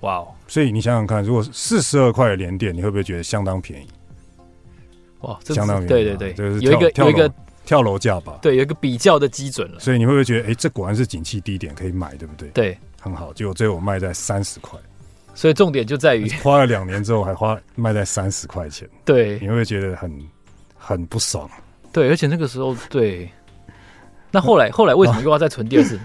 [SPEAKER 2] 哇哦
[SPEAKER 1] 所以你想想看，如果四十二块的联电，你会不会觉得相当便宜？
[SPEAKER 2] 哇，这
[SPEAKER 1] 相当
[SPEAKER 2] 是
[SPEAKER 1] 于
[SPEAKER 2] 对对
[SPEAKER 1] 啊
[SPEAKER 2] 对，
[SPEAKER 1] 就是
[SPEAKER 2] 有一个
[SPEAKER 1] 跳
[SPEAKER 2] 有一个
[SPEAKER 1] 跳跳楼价吧？
[SPEAKER 2] 对有一个比较的基准了，
[SPEAKER 1] 所以你会不会觉得，哎、这果然是景气低点可以买，对不对？
[SPEAKER 2] 对，
[SPEAKER 1] 很好，结果最后我卖在三十 块，
[SPEAKER 2] 所以重点就在于
[SPEAKER 1] 花了两年之后还花卖在三十块钱，
[SPEAKER 2] 对
[SPEAKER 1] 你会不会觉得很很不爽？
[SPEAKER 2] 对，而且那个时候对，那后来后来为什么又要再存第二
[SPEAKER 1] 哦
[SPEAKER 2] 次？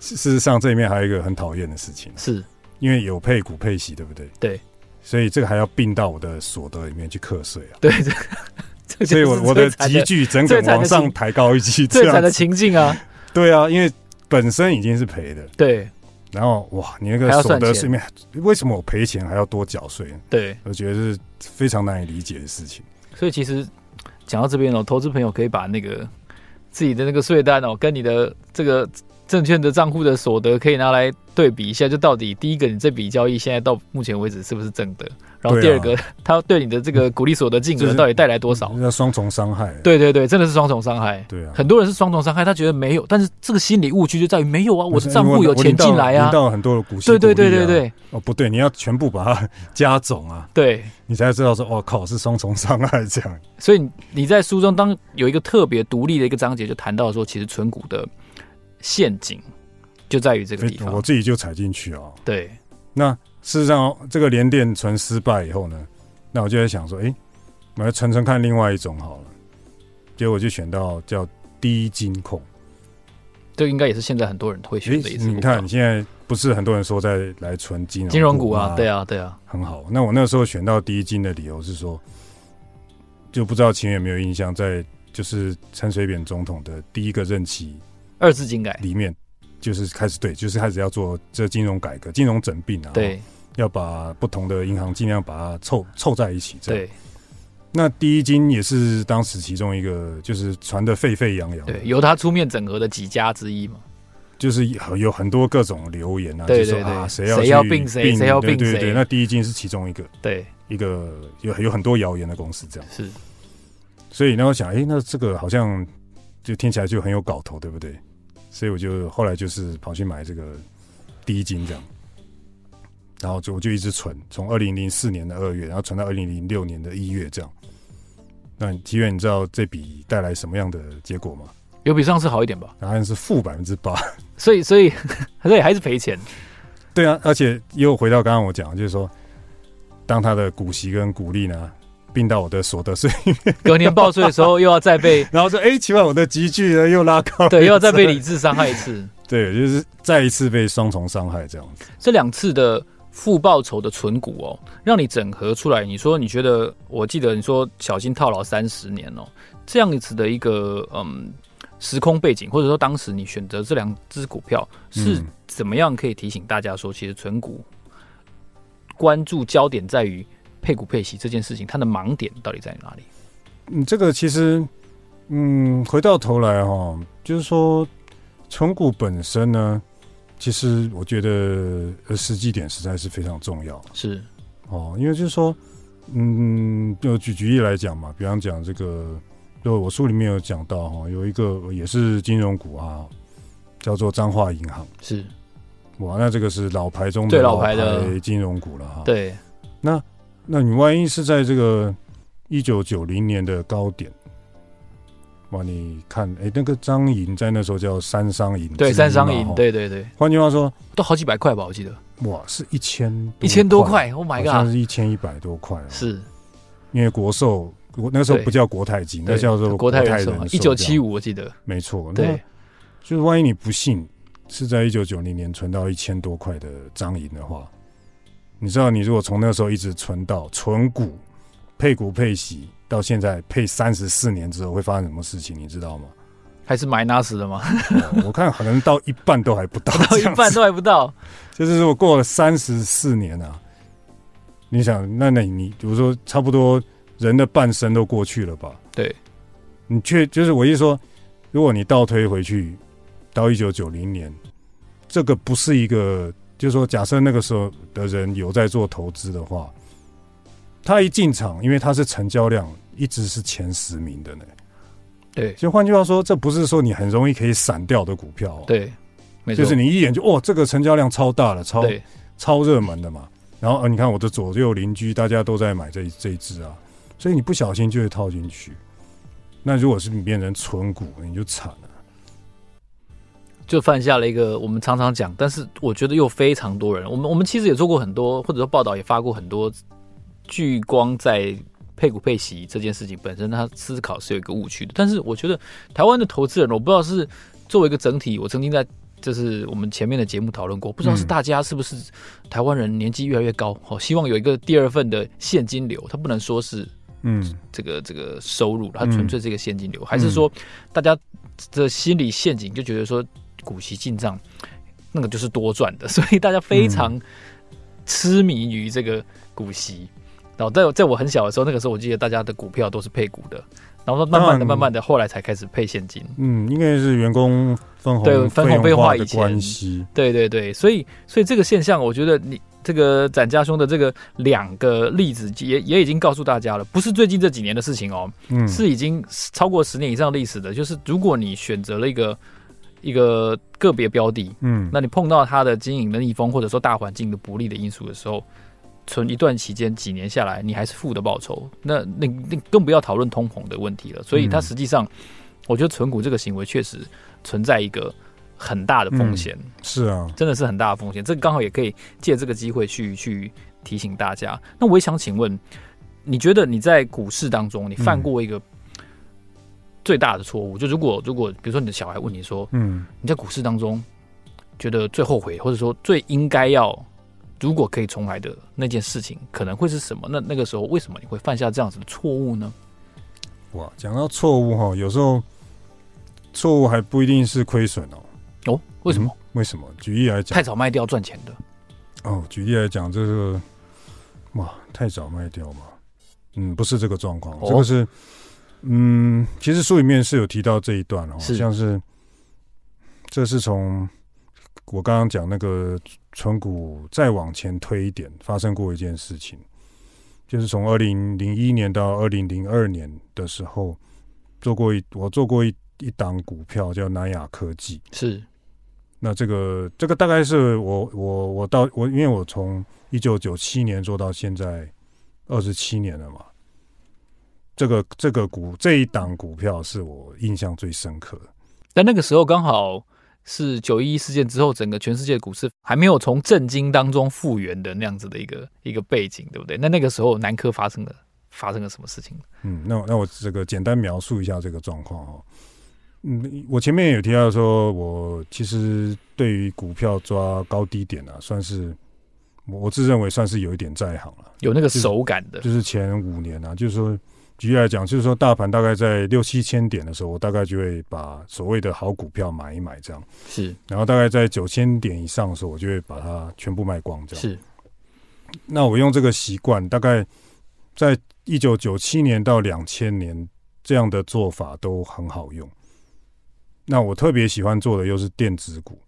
[SPEAKER 1] 事事实上，这里面还有一个很讨厌的事情，啊
[SPEAKER 2] 是
[SPEAKER 1] 因为有配股配息，对不对？
[SPEAKER 2] 对，
[SPEAKER 1] 所以这个还要并到我的所得里面去课税啊。
[SPEAKER 2] 对这 这
[SPEAKER 1] 所以
[SPEAKER 2] 就
[SPEAKER 1] 我
[SPEAKER 2] 是
[SPEAKER 1] 我
[SPEAKER 2] 最
[SPEAKER 1] 的
[SPEAKER 2] 惨
[SPEAKER 1] 集聚整个
[SPEAKER 2] 最惨的
[SPEAKER 1] 往上
[SPEAKER 2] 情
[SPEAKER 1] 抬高一级，
[SPEAKER 2] 最
[SPEAKER 1] 这
[SPEAKER 2] 惨
[SPEAKER 1] 样
[SPEAKER 2] 的
[SPEAKER 1] 子
[SPEAKER 2] 情境啊，
[SPEAKER 1] 对啊，因为本身已经是赔的，
[SPEAKER 2] 对
[SPEAKER 1] 然后哇，你那
[SPEAKER 2] 还要
[SPEAKER 1] 个所
[SPEAKER 2] 算
[SPEAKER 1] 得
[SPEAKER 2] 钱
[SPEAKER 1] 里面为什么我赔钱还要多缴税呢？
[SPEAKER 2] 对，
[SPEAKER 1] 我觉得是非常难以理解的事情。
[SPEAKER 2] 所以其实讲到这边哦，投资朋友可以把那个自己的那个税单哦，跟你的这个证券的账户的所得可以拿来对比一下，就到底第一个你这笔交易现在到目前为止是不是正的，然后第
[SPEAKER 1] 对啊
[SPEAKER 2] 二个、它对你的这个股利所得净
[SPEAKER 1] 就
[SPEAKER 2] 额
[SPEAKER 1] 是
[SPEAKER 2] 到底带来多少？
[SPEAKER 1] 这叫双重伤害。啊
[SPEAKER 2] 对对对，真的是双重伤害。
[SPEAKER 1] 对啊，
[SPEAKER 2] 很多人是双重伤害，他觉得没有，但是这个心理误区就在于没有啊，我
[SPEAKER 1] 但是
[SPEAKER 2] 的账
[SPEAKER 1] 因为
[SPEAKER 2] 户有
[SPEAKER 1] 我
[SPEAKER 2] 钱
[SPEAKER 1] 领到
[SPEAKER 2] 进来啊
[SPEAKER 1] 领。到很多的股息
[SPEAKER 2] 对对
[SPEAKER 1] 股利
[SPEAKER 2] 对
[SPEAKER 1] 啊
[SPEAKER 2] 对对
[SPEAKER 1] 哦，不对，你要全部把它 加总啊，
[SPEAKER 2] 对，
[SPEAKER 1] 你才知道说，哇靠，是双重伤害这样。
[SPEAKER 2] 所以你你在书中当有一个特别独立的一个章节，就谈到说，其实存股的陷阱就在于这个地
[SPEAKER 1] 所以我
[SPEAKER 2] 方。
[SPEAKER 1] 自己就踩进去啊、
[SPEAKER 2] 对，
[SPEAKER 1] 那事实上，这个联电存失败以后呢，那我就在想说，诶，我来存存看另外一种好了。结果我就选到叫低金控。
[SPEAKER 2] 这应该也是现在很多人会选
[SPEAKER 1] 诶，
[SPEAKER 2] 的一只股
[SPEAKER 1] 你
[SPEAKER 2] 票
[SPEAKER 1] 看你现在不是很多人说在来存金融
[SPEAKER 2] 金融股啊，对
[SPEAKER 1] 啊，
[SPEAKER 2] 啊，对啊，
[SPEAKER 1] 很好。那我那时候选到低金的理由是说，就不知道秦有没有印象，在就是陈水扁总统的第一个任期
[SPEAKER 2] 二次金改，
[SPEAKER 1] 里面，就是开始对，就是开始要做这金融改革、金融整并啊，，
[SPEAKER 2] 对
[SPEAKER 1] 要把不同的银行尽量把它凑凑在一起。这样，
[SPEAKER 2] 对
[SPEAKER 1] 那第一金也是当时其中一个，就是传得沸沸扬扬的
[SPEAKER 2] 对，，由他出面整合的几家之一嘛。
[SPEAKER 1] 就是有有很多各种留言啊，
[SPEAKER 2] 对
[SPEAKER 1] 就
[SPEAKER 2] 对
[SPEAKER 1] 说啊，
[SPEAKER 2] 对
[SPEAKER 1] 谁要
[SPEAKER 2] 谁要
[SPEAKER 1] 去
[SPEAKER 2] 并谁谁要
[SPEAKER 1] 对
[SPEAKER 2] 并
[SPEAKER 1] 对
[SPEAKER 2] 谁
[SPEAKER 1] 对，那第一金是其中一个，
[SPEAKER 2] 对，
[SPEAKER 1] 一个有有很多谣言的公司这样，
[SPEAKER 2] 是
[SPEAKER 1] 所以呢，我想，哎、那这个好像就听起来就很有搞头，对不对？所以我就后来就是跑去买这个第一金这样，然后就我就一直存，从二零零四年的二月，然后存到二零零六年的一月这样。那提远，你知道这笔带来什么样的结果吗？
[SPEAKER 2] 有比上次好一点吧。
[SPEAKER 1] 答案是负百分之八。
[SPEAKER 2] 所以所以 所以还是赔钱。
[SPEAKER 1] 对啊，而且又回到刚刚我讲的，就是说，当他的股息跟股利呢并到我的所得税，
[SPEAKER 2] 隔年报税的时候又要再被
[SPEAKER 1] 然后说，哎、奇怪，我的集聚呢又拉高了，
[SPEAKER 2] 对又要再被理智伤害一次。
[SPEAKER 1] 对，就是再一次被双重伤害这样子。
[SPEAKER 2] 这两次的负报酬的存股哦，让你整合出来。你说你觉得，我记得你说小心套牢三十年哦，这样子的一个嗯时空背景，或者说当时你选择这两只股票是
[SPEAKER 1] 嗯
[SPEAKER 2] 怎么样，可以提醒大家说，其实存股关注焦点在于配股配息这件事情，它的盲点到底在哪里？
[SPEAKER 1] 嗯，这个其实，嗯，回到头来哈、就是说，存股本身呢，其实我觉得呃时机点实在是非常重要
[SPEAKER 2] 是
[SPEAKER 1] 哦，因为就是说，嗯，就举举例来讲嘛，比方讲这个，就我书里面有讲到哈、有一个也是金融股啊，叫做彰化银行，
[SPEAKER 2] 是，
[SPEAKER 1] 哇，那这个是老牌中
[SPEAKER 2] 最
[SPEAKER 1] 的
[SPEAKER 2] 老牌的
[SPEAKER 1] 金融股了哈、
[SPEAKER 2] 对，
[SPEAKER 1] 那你万一是在这个一九九零年的高点，哇，你看，哎、那个张银在那时候叫三商银，
[SPEAKER 2] 对三商银，。
[SPEAKER 1] 哦
[SPEAKER 2] 对对对，
[SPEAKER 1] 换句话说，
[SPEAKER 2] 都好几百块吧，我记得
[SPEAKER 1] 哇，是一千
[SPEAKER 2] 一千多，块，Oh
[SPEAKER 1] 好
[SPEAKER 2] my
[SPEAKER 1] 像
[SPEAKER 2] god，
[SPEAKER 1] 是一千一百多块、哦，
[SPEAKER 2] 是。
[SPEAKER 1] 因为国寿。国那时候
[SPEAKER 2] 对
[SPEAKER 1] 不叫国泰金，那
[SPEAKER 2] 对
[SPEAKER 1] 叫做
[SPEAKER 2] 国泰
[SPEAKER 1] 人
[SPEAKER 2] 人寿嘛，
[SPEAKER 1] 寿
[SPEAKER 2] 一九七
[SPEAKER 1] 这样，嗯
[SPEAKER 2] 五我记得，
[SPEAKER 1] 没错。那
[SPEAKER 2] 对，
[SPEAKER 1] 就是万一你不幸是在一九九零年存到一千多块的张银的话，你知道，你如果从那时候一直存到存股、配股配息，到现在配三十四年之后，会发生什么事情？你知道吗？
[SPEAKER 2] 还是 minus 的吗？
[SPEAKER 1] 哦我看可能到一半都还不到
[SPEAKER 2] 到
[SPEAKER 1] 这
[SPEAKER 2] 一
[SPEAKER 1] 样子，
[SPEAKER 2] 半都还不到，
[SPEAKER 1] 就是如果过了三十四年啊，你想，那那你比如说，差不多人的半生都过去了吧？
[SPEAKER 2] 对，
[SPEAKER 1] 你却就是我意思说，如果你倒推回去到一九九零年，这个不是一个，就是说，假设那个时候的人有在做投资的话，他一进场，因为他是成交量一直是前十名的呢。
[SPEAKER 2] 对
[SPEAKER 1] 就换句话说，这不是说你很容易可以散掉的股票、哦，，
[SPEAKER 2] 对，没错，
[SPEAKER 1] 就是你一眼就哦，这个成交量超大了，超
[SPEAKER 2] 对
[SPEAKER 1] 超热门的嘛。然后、呃、你看我的左右邻居，大家都在买这一这一只啊，所以你不小心就会套进去。那如果是你变成纯股，你就惨了。
[SPEAKER 2] 就犯下了一个我们常常讲，但是我觉得又非常多人，我们我们其实也做过很多，或者说报道也发过很多，聚光在配股配息这件事情本身，它思考是有一个误区的。但是我觉得台湾的投资人，我不知道是作为一个整体，我曾经在就是我们前面的节目讨论过，不知道是大家是不是台湾人年纪越来越高，哦，希望有一个第二份的现金流，它不能说是
[SPEAKER 1] 嗯，
[SPEAKER 2] 这个这个收入，它
[SPEAKER 1] 嗯
[SPEAKER 2] 纯粹是一个现金流，还是说大家的心理陷阱就觉得说股息进账那个就是多赚的， 所以大家非常痴迷于这个股息。然后在我在我很小的时候，那个时候我记得大家的股票都是配股的，然后慢慢的、
[SPEAKER 1] 嗯
[SPEAKER 2] 慢慢的，后来才开始配现金。
[SPEAKER 1] 嗯，应该是员工分红
[SPEAKER 2] 对分红
[SPEAKER 1] 费
[SPEAKER 2] 被
[SPEAKER 1] 用化
[SPEAKER 2] 划
[SPEAKER 1] 的
[SPEAKER 2] 以前
[SPEAKER 1] 关系。
[SPEAKER 2] 对对对，所以所以这个现象，我觉得你这个展家兄的这个两个例子也也已经告诉大家了，不是最近这几年的事情哦，
[SPEAKER 1] 嗯，
[SPEAKER 2] 是已经超过十年以上历史的，就是如果你选择了一个一个个别标的，
[SPEAKER 1] 嗯，
[SPEAKER 2] 那你碰到它的经营的逆风，或者说大环境的不利的因素的时候，存一段期间几年下来，你还是负的报酬，那那那更不要讨论通膨的问题了。所以它
[SPEAKER 1] 嗯
[SPEAKER 2] 实际上，我觉得存股这个行为确实存在一个很大的风险。
[SPEAKER 1] 是啊，
[SPEAKER 2] 真的是很大的风险。这个刚好也可以借这个机会去去提醒大家。那我也想请问，你觉得你在股市当中，你犯过一个最大的错误？就如果如果比如说你的小孩问你说，
[SPEAKER 1] 嗯
[SPEAKER 2] 你在股市当中觉得最后悔，或者说最应该要，如果可以重来的那件事情，可能会是什么？那那个时候为什么你会犯下这样子的错误呢？
[SPEAKER 1] 哇，讲到错误哈，有时候错误还不一定是亏损哦。
[SPEAKER 2] 哦，为什么？
[SPEAKER 1] 为什么？举例来讲
[SPEAKER 2] 太，早卖掉赚钱的，
[SPEAKER 1] 哦，举例来讲，这个哇，太早卖掉嘛，嗯，不是这个状况，
[SPEAKER 2] 哦
[SPEAKER 1] 这个是，嗯，其实书里面是有提到这一段哦，
[SPEAKER 2] 是
[SPEAKER 1] 像是这是从我刚刚讲那个存股再往前推一点，发生过一件事情，就是从二零零一年到二零零二年的时候，做过一我做过一一档股票叫南亚科技，
[SPEAKER 2] 是
[SPEAKER 1] 那这个这个大概是我我我到我因为我从一九九七年做到现在二十七年了嘛，这个这个股这一档股票是我印象最深刻的。
[SPEAKER 2] 但那个时候刚好是九一一事件之后，整个全世界股市还没有从震惊当中复原的那样子的一个一个背景，对不对？那那个时候南科发生了发生了什么事情？
[SPEAKER 1] 嗯，那我那我这个简单描述一下这个状况哦。嗯，我前面有提到说，我其实对于股票抓高低点啊，算是我我自认为算是有一点在行了。
[SPEAKER 2] 有那个手感的，
[SPEAKER 1] 就是前五年啊，就是说举例来讲，就是说大盘大概在六七千点的时候，我大概就会把所谓的好股票买一买这样，
[SPEAKER 2] 是
[SPEAKER 1] 然后大概在九千点以上的时候，我就会把它全部卖光这样。
[SPEAKER 2] 是
[SPEAKER 1] 那我用这个习惯，大概在一九九七年到两千年这样的做法都很好用。那我特别喜欢做的又是电子股，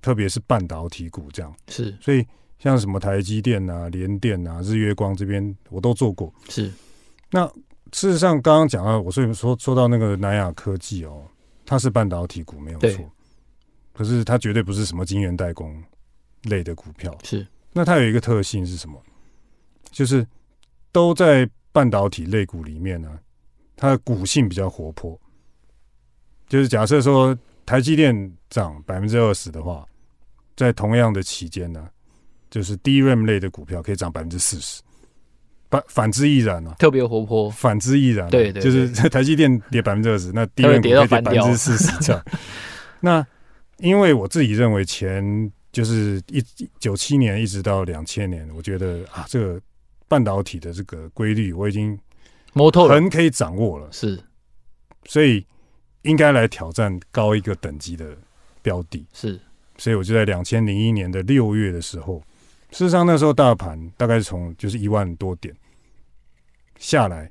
[SPEAKER 1] 特别是半导体股这样，
[SPEAKER 2] 是
[SPEAKER 1] 所以像什么台积电啊、联电啊、日月光这边我都做过。
[SPEAKER 2] 是
[SPEAKER 1] 事实上，刚刚讲到，我所以说说到那个南亚科技哦，它是半导体股没有
[SPEAKER 2] 对
[SPEAKER 1] 错，可是它绝对不是什么晶圆代工类的股票。
[SPEAKER 2] 是
[SPEAKER 1] 那它有一个特性是什么？就是都在半导体类股里面呢、啊它的股性比较活泼。就是假设说台积电涨百分之二十的话，在同样的期间呢、就是 DRAM 类的股票可以涨百分之四十，反反之亦然啊。
[SPEAKER 2] 特别活泼，
[SPEAKER 1] 反之亦然啊。
[SPEAKER 2] 对对
[SPEAKER 1] 就是 台积电跌百分之二十，那低
[SPEAKER 2] 它会
[SPEAKER 1] 润股
[SPEAKER 2] 跌到
[SPEAKER 1] 可 以跌
[SPEAKER 2] 翻
[SPEAKER 1] 百
[SPEAKER 2] 掉
[SPEAKER 1] 分之四十这样。那因为我自己认为前就是一九七年一直到两千年，我觉得啊，这个半导体的这个规律我已经
[SPEAKER 2] 摸透了，
[SPEAKER 1] 很可以掌握了，
[SPEAKER 2] 是
[SPEAKER 1] 所以应该来挑战高一个等级的标的。
[SPEAKER 2] 是，
[SPEAKER 1] 所以我就在两千零一年的六月的时候，事实上那时候大盘大概是从就是一万多点下来，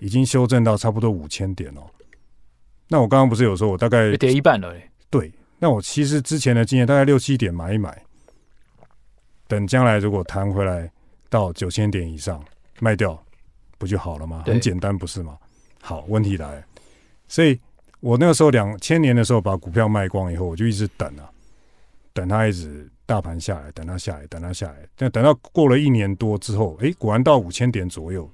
[SPEAKER 1] 已经修正到差不多五千点哦。那我刚刚不是有说，我大概
[SPEAKER 2] 就跌一半了、欸，
[SPEAKER 1] 对，那我其实之前的经验大概六七点买一买，等将来如果弹回来到九千点以上卖掉，不就好了吗？
[SPEAKER 2] 对
[SPEAKER 1] 很简单，不是吗？好，问题来了，所以我那个时候两千年的时候把股票卖光以后，我就一直等啊，等它一直大盘下来，等它下来，等它下来，但等到过了一年多之后，诶，果然到五千点左右，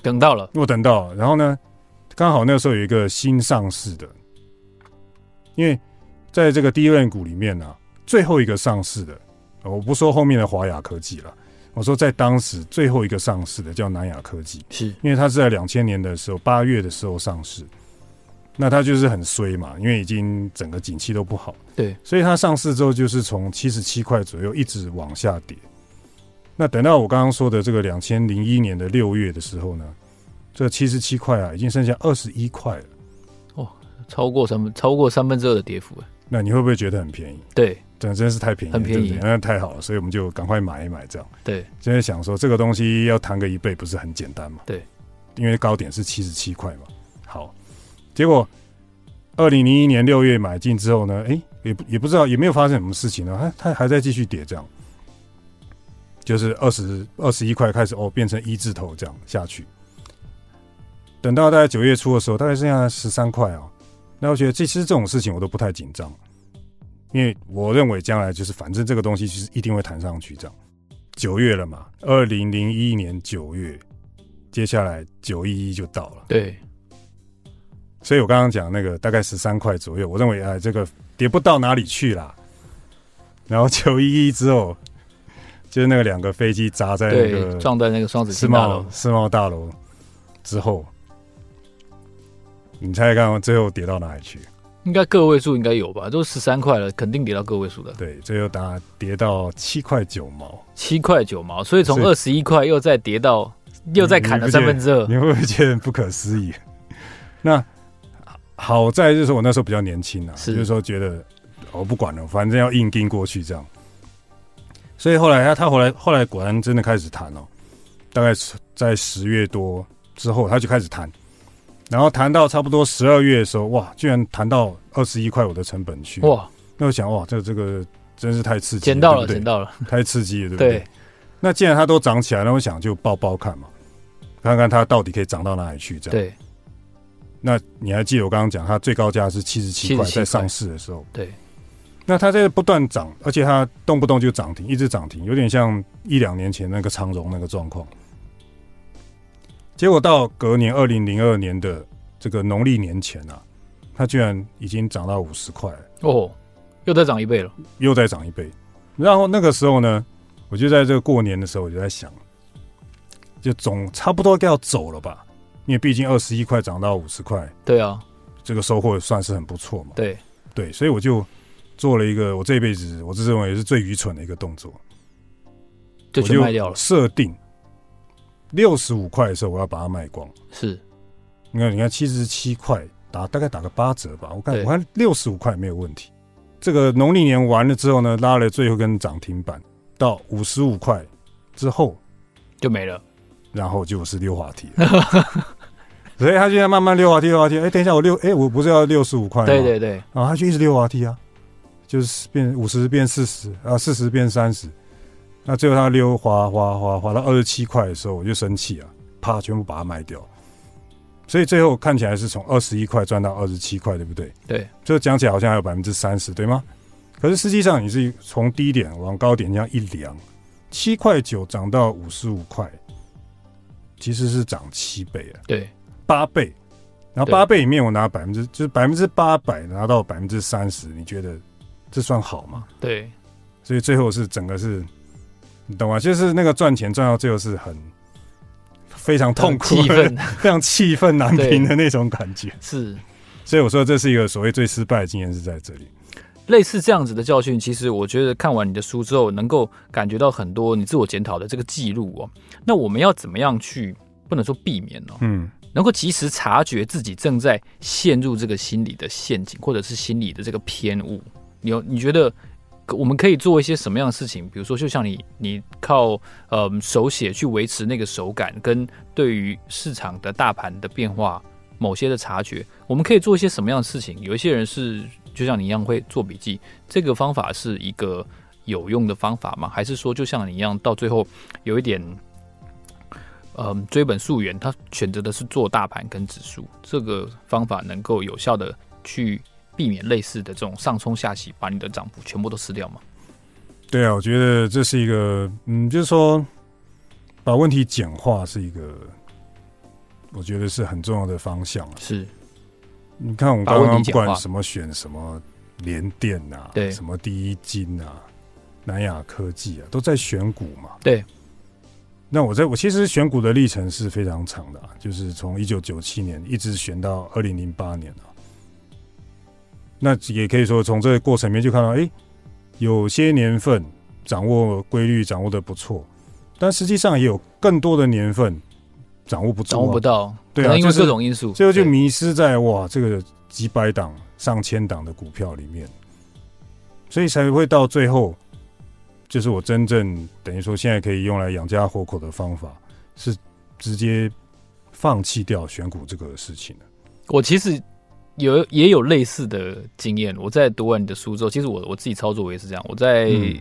[SPEAKER 2] 等到了，
[SPEAKER 1] 我等到，然后呢，刚好那时候有一个新上市的，因为在这个第一任股里面呢、啊最后一个上市的，呃我不说后面的华雅科技了，我说在当时最后一个上市的叫南亚科技，
[SPEAKER 2] 是
[SPEAKER 1] 因为它是在两千年的时候八月的时候上市，那它就是很衰嘛，因为已经整个景气都不好，
[SPEAKER 2] 对，
[SPEAKER 1] 所以它上市之后就是从七十七块左右一直往下跌。那等到我刚刚说的这个两千零一年的六月的时候呢，这七十七块啊，已经剩下二十一块了。
[SPEAKER 2] 超过三分超过三分之二的跌幅、欸，
[SPEAKER 1] 那你会不会觉得很便宜？
[SPEAKER 2] 对
[SPEAKER 1] 真真是太便宜了，
[SPEAKER 2] 很便宜
[SPEAKER 1] 对不对那太好了，所以我们就赶快买一买这样。
[SPEAKER 2] 对
[SPEAKER 1] 现在想说这个东西要弹个一倍不是很简单嘛？
[SPEAKER 2] 对，
[SPEAKER 1] 因为高点是七十七块嘛。好，结果二零零一年六月买进之后呢，诶，也不也不知道也没有发生什么事情呢，它它还在继续跌这样，就是二十二十一块开始哦变成一字头这样下去，等到大概九月初的时候，大概剩下十三块哦。那我觉得这其实这种事情我都不太紧张，因为我认为将来就是反正这个东西就是一定会弹上去这样。九月了嘛，二零零一年九月，接下来九一一就到了，
[SPEAKER 2] 对
[SPEAKER 1] 所以我刚刚讲那个大概十三块左右，我认为哎这个跌不到哪里去啦。然后九一一之后，就是那个两个飞机砸在那
[SPEAKER 2] 对，
[SPEAKER 1] 个
[SPEAKER 2] 撞在那个双子
[SPEAKER 1] 世
[SPEAKER 2] 星大
[SPEAKER 1] 贸
[SPEAKER 2] 楼，
[SPEAKER 1] 世贸大楼之后，你猜猜看最后跌到哪里去？
[SPEAKER 2] 应该个位数应该有吧，都十三块了，肯定跌到个位数的，
[SPEAKER 1] 对，最后打跌到七块九毛。
[SPEAKER 2] 七块九毛，所以从
[SPEAKER 1] 是嗯
[SPEAKER 2] 二十一块又再跌到，
[SPEAKER 1] 你
[SPEAKER 2] 又再砍了
[SPEAKER 1] 你不觉
[SPEAKER 2] 三
[SPEAKER 1] 得
[SPEAKER 2] 分之二，
[SPEAKER 1] 你会不会觉得很不可思议？ 那好在就是我那时候比较年轻啊，
[SPEAKER 2] 是
[SPEAKER 1] 就是说觉得我、不管了，反正要硬盯过去这样。所以后来他他后来后来果然真的开始谈哦，大概是在十月多之后他就开始谈，然后谈到差不多十二月的时候，哇，居然谈到二十一块我的成本去，
[SPEAKER 2] 哇，
[SPEAKER 1] 那我想哇，这这个真是太刺激了，
[SPEAKER 2] 捡到了，
[SPEAKER 1] 对不对
[SPEAKER 2] 捡到了，
[SPEAKER 1] 太刺激了，对不
[SPEAKER 2] 对，
[SPEAKER 1] 那既然它都涨起来，那我想就抱抱看嘛，看看它到底可以涨到哪里去。这样。
[SPEAKER 2] 对
[SPEAKER 1] 那你还记得我刚刚讲，它最高价是七十七块，
[SPEAKER 2] 77
[SPEAKER 1] 在上市的时候。
[SPEAKER 2] 对。
[SPEAKER 1] 那它在不断涨，而且它动不动就涨停，一直涨停，有点像一两年前那个长荣那个状况。结果到隔年二零零二年的这个农历年前啊，它居然已经涨到五十块了。
[SPEAKER 2] 哦，又再涨一倍了，
[SPEAKER 1] 又再涨一倍。然后那个时候呢，我就在这个过年的时候，我就在想，就总差不多要走了吧，因为毕竟二十一块涨到五十块，
[SPEAKER 2] 对啊，
[SPEAKER 1] 这个收获算是很不错嘛。
[SPEAKER 2] 对，
[SPEAKER 1] 对，所以我就做了一个我这辈子我自认为是最愚蠢的一个动作，
[SPEAKER 2] 就
[SPEAKER 1] 我
[SPEAKER 2] 全卖掉了，
[SPEAKER 1] 设定六十五块的时候我要把它卖光。
[SPEAKER 2] 是
[SPEAKER 1] 你看，你看七十七块打大概打个八折吧，我看
[SPEAKER 2] 对
[SPEAKER 1] 我看六十五块没有问题。这个农历年完了之后呢，拉了最后一根涨停板到五十五块之后，
[SPEAKER 2] 就没了，
[SPEAKER 1] 然后就是溜滑梯 了，所以他就在慢慢溜滑梯溜滑梯。哎，等一下我六哎，我不是要六十五块吗？
[SPEAKER 2] 对对对，
[SPEAKER 1] 然后他就一直溜滑梯啊，就是变五十变四十啊，四十变三十，那最后他溜滑滑滑滑到二十七块的时候，我就生气啊，啪，全部把它卖掉。所以最后看起来是从二十一块赚到二十七块，对不对？
[SPEAKER 2] 对，
[SPEAKER 1] 这讲起来好像还有百分之三十，对吗？可是实际上你是从低点往高点这样一量，七块九涨到五十五块，其实是涨七倍啊。
[SPEAKER 2] 对
[SPEAKER 1] 八倍，然后
[SPEAKER 2] 对
[SPEAKER 1] 八倍里面我拿百分之就是百分之八百拿到百分之三十，你觉得这算好吗？
[SPEAKER 2] 对，
[SPEAKER 1] 所以最后是整个是，你懂吗？就是那个赚钱赚到最后是很非常痛苦、
[SPEAKER 2] 气愤
[SPEAKER 1] 非常气愤难平的那种感觉。
[SPEAKER 2] 是。
[SPEAKER 1] 所以我说这是一个所谓最失败的经验是在这里。
[SPEAKER 2] 类似这样子的教训，其实我觉得看完你的书之后，能够感觉到很多你自我检讨的这个记录哦。那我们要怎么样去，不能说避免哦，
[SPEAKER 1] 嗯，
[SPEAKER 2] 能够及时察觉自己正在陷入这个心理的陷阱，或者是心理的这个偏误。你有你觉得可我们可以做一些什么样的事情？比如说，就像你你靠呃手写去维持那个手感，跟对于市场的大盘的变化某些的察觉，我们可以做一些什么样的事情？有一些人是就像你一样会做笔记，这个方法是一个有用的方法吗？还是说就像你一样，到最后有一点？嗯，追本溯源，他选择的是做大盘跟指数，这个方法能够有效的去避免类似的这种上冲下洗，把你的涨幅全部都吃掉吗？
[SPEAKER 1] 对啊，我觉得这是一个，嗯，就是说把问题简化是一个，我觉得是很重要的方向啊。
[SPEAKER 2] 是，
[SPEAKER 1] 你看我
[SPEAKER 2] 把
[SPEAKER 1] 刚
[SPEAKER 2] 问
[SPEAKER 1] 刚
[SPEAKER 2] 题
[SPEAKER 1] 不
[SPEAKER 2] 简
[SPEAKER 1] 管
[SPEAKER 2] 化
[SPEAKER 1] 什么选什么联电啊，
[SPEAKER 2] 对
[SPEAKER 1] 什么第一金啊，南亚科技啊，都在选股嘛。
[SPEAKER 2] 对。
[SPEAKER 1] 那我在我其实选股的历程是非常长的啊、就是从一九九七年一直选到二零零八年啊。那也可以说从这个过程里面就看到，哎、有些年份掌握规律掌握的不错，但实际上也有更多的年份掌握不住、啊，
[SPEAKER 2] 掌握不到，
[SPEAKER 1] 对啊
[SPEAKER 2] 可能因为
[SPEAKER 1] 就是
[SPEAKER 2] 各种因素，
[SPEAKER 1] 最后就
[SPEAKER 2] 对
[SPEAKER 1] 迷失在哇这个几百档、上千档的股票里面，所以才会到最后，就是我真正等于说现在可以用来养家活口的方法，是直接放弃掉选股这个事情了。
[SPEAKER 2] 我其实有也有类似的经验。我在读完你的书之后，其实我我自己操作我也是这样。我在
[SPEAKER 1] 嗯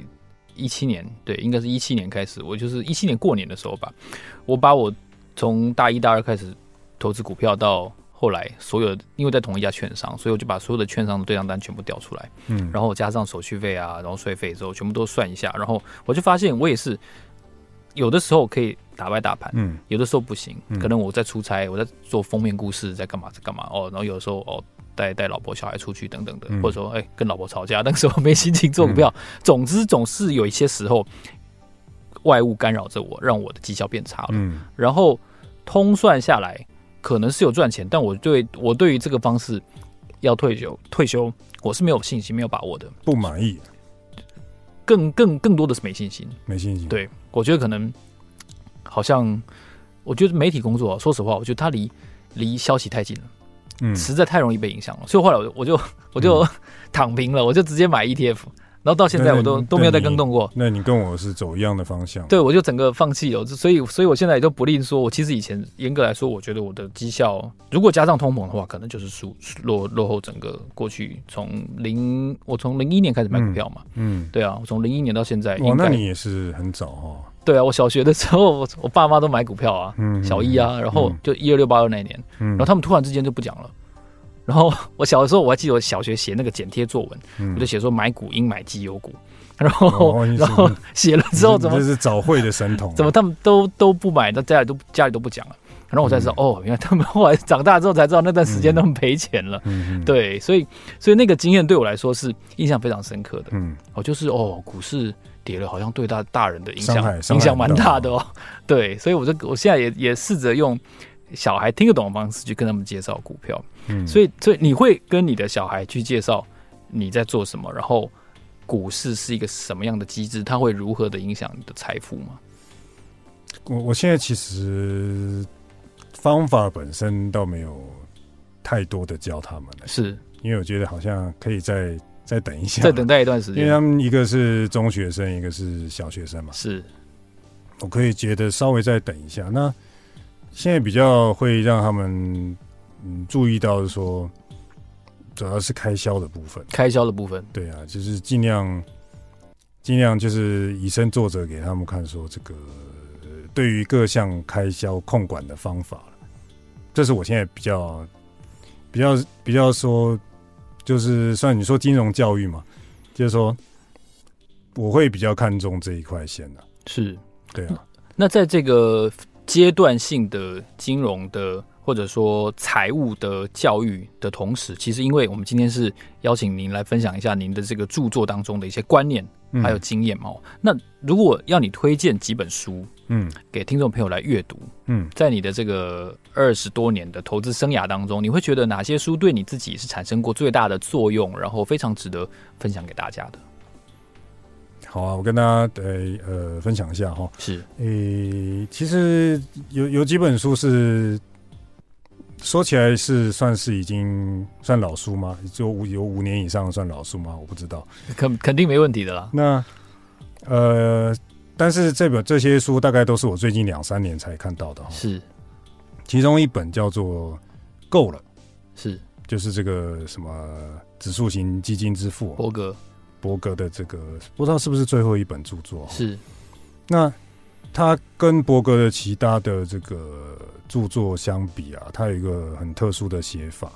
[SPEAKER 2] 一七年，对，应该是一七年开始，我就是一七年过年的时候吧，我把我从大一大二开始投资股票到后来所有的，因为在同一家券商，所以我就把所有的券商的对账单全部调出来，
[SPEAKER 1] 嗯，
[SPEAKER 2] 然后加上手续费啊，然后税费之后全部都算一下，然后我就发现我也是有的时候可以打败大盘。
[SPEAKER 1] 嗯
[SPEAKER 2] 有的时候不行
[SPEAKER 1] 嗯，
[SPEAKER 2] 可能我在出差，我在做封面故事，在干嘛在干嘛哦，然后有的时候哦带带老婆小孩出去等等的，
[SPEAKER 1] 嗯
[SPEAKER 2] 或者说哎跟老婆吵架，那 个时候没心情做股票，总之总是有一些时候外物干扰着我，让我的绩效变差了。
[SPEAKER 1] 嗯
[SPEAKER 2] 然后通算下来可能是有赚钱，但我对我对于这个方式要退休退休，我是没有信心没有把握的，
[SPEAKER 1] 不满意，啊
[SPEAKER 2] 更更更多的是没信心。
[SPEAKER 1] 没信心。，
[SPEAKER 2] 对，我觉得可能好像，我觉得媒体工作，说实话，我觉得它离离消息太近了，
[SPEAKER 1] 嗯
[SPEAKER 2] 实在太容易被影响了。所以后来我就我就我就 躺平了，我就直接买 ETF，然后到现在我
[SPEAKER 1] 那
[SPEAKER 2] 都
[SPEAKER 1] 你
[SPEAKER 2] 都没有再更动过。
[SPEAKER 1] 那你跟我是走一样的方向。
[SPEAKER 2] 对，我就整个放弃了，所以，所以我现在也都不吝说，我其实以前严格来说，我觉得我的绩效，如果加上通膨的话，可能就是输落落后整个过去从零，我从零一年开始买股票嘛，
[SPEAKER 1] 嗯，
[SPEAKER 2] 对啊，我从零一年到现在，
[SPEAKER 1] 哇，
[SPEAKER 2] 应
[SPEAKER 1] 那
[SPEAKER 2] 该
[SPEAKER 1] 你也是很早哦。
[SPEAKER 2] 对啊，我小学的时候，我我爸妈都买股票啊，
[SPEAKER 1] 嗯，
[SPEAKER 2] 小一啊，然后就一二六八二那一年，
[SPEAKER 1] 嗯，
[SPEAKER 2] 然后他们突然之间就不讲了。然后我小的时候，我还记得我小学写那个简贴作文，
[SPEAKER 1] 嗯
[SPEAKER 2] 我就写说买股应买绩优股，然后、
[SPEAKER 1] 哦你是
[SPEAKER 2] 然后写了之后
[SPEAKER 1] 你这
[SPEAKER 2] 怎么
[SPEAKER 1] 这是早会的神童啊，
[SPEAKER 2] 怎么他们都都不买，到家里都家里都不讲了。然后我才知道、
[SPEAKER 1] 嗯
[SPEAKER 2] 哦，原来他们后来长大之后才知道那段时间他们赔钱了。
[SPEAKER 1] 嗯？嗯，
[SPEAKER 2] 对，所以所以那个经验对我来说是印象非常深刻的。
[SPEAKER 1] 嗯
[SPEAKER 2] 哦，就是哦，股市跌了，好像对大大人的影
[SPEAKER 1] 伤害
[SPEAKER 2] 响
[SPEAKER 1] 伤
[SPEAKER 2] 影
[SPEAKER 1] 害
[SPEAKER 2] 响
[SPEAKER 1] 很
[SPEAKER 2] 蛮
[SPEAKER 1] 大
[SPEAKER 2] 大
[SPEAKER 1] 哦
[SPEAKER 2] 的哦。对，所以我就我现在也也试着用小孩听得懂的方式去跟他们介绍股票。
[SPEAKER 1] 嗯，
[SPEAKER 2] 所以，所以你会跟你的小孩去介绍你在做什么，然后股市是一个什么样的机制，它会如何的影响你的财富吗？
[SPEAKER 1] 我我现在其实方法本身倒没有太多的教他们了，
[SPEAKER 2] 是
[SPEAKER 1] 因为我觉得好像可以再再等一下，
[SPEAKER 2] 再等待一段时
[SPEAKER 1] 因为
[SPEAKER 2] 间，
[SPEAKER 1] 他们一个是中学生，一个是小学生嘛，
[SPEAKER 2] 是
[SPEAKER 1] 我可以觉得稍微再等一下。那现在比较会让他们嗯注意到是说，主要是开销的部分，
[SPEAKER 2] 开销的部分。
[SPEAKER 1] 对啊，就是尽量尽量就是以身作则，给他们看说这个、呃对于各项开销控管的方法这是我现在比较比较比较说，就是算你说金融教育嘛，就是说我会比较看重这一块先的、
[SPEAKER 2] 是。
[SPEAKER 1] 对啊，
[SPEAKER 2] 那在这个阶段性的金融的或者说财务的教育的同时，其实因为我们今天是邀请您来分享一下您的这个著作当中的一些观念，
[SPEAKER 1] 嗯
[SPEAKER 2] 还有经验嘛、哦那如果要你推荐几本书
[SPEAKER 1] 嗯
[SPEAKER 2] 给听众朋友来阅读，
[SPEAKER 1] 嗯
[SPEAKER 2] 在你的这个二十多年的投资生涯当中，你会觉得哪些书对你自己是产生过最大的作用，然后非常值得分享给大家的？
[SPEAKER 1] 好啊，我跟大家呃呃分享一下哈。
[SPEAKER 2] 是，
[SPEAKER 1] 诶、其实有有几本书是说起来是算是已经算老书吗？就五有五年以上算老书吗？我不知道。
[SPEAKER 2] 肯肯定没问题的啦。
[SPEAKER 1] 那呃，但是这本这些书大概都是我最近两三年才看到的哈。
[SPEAKER 2] 是
[SPEAKER 1] 其中一本叫做《够了》，
[SPEAKER 2] 是，
[SPEAKER 1] 就是这个什么指数型基金之父
[SPEAKER 2] 波哥
[SPEAKER 1] 伯格的这个，不知道是不是最后一本著作。啊
[SPEAKER 2] 是
[SPEAKER 1] 那他跟伯格的其他的这个著作相比啊，他有一个很特殊的写法，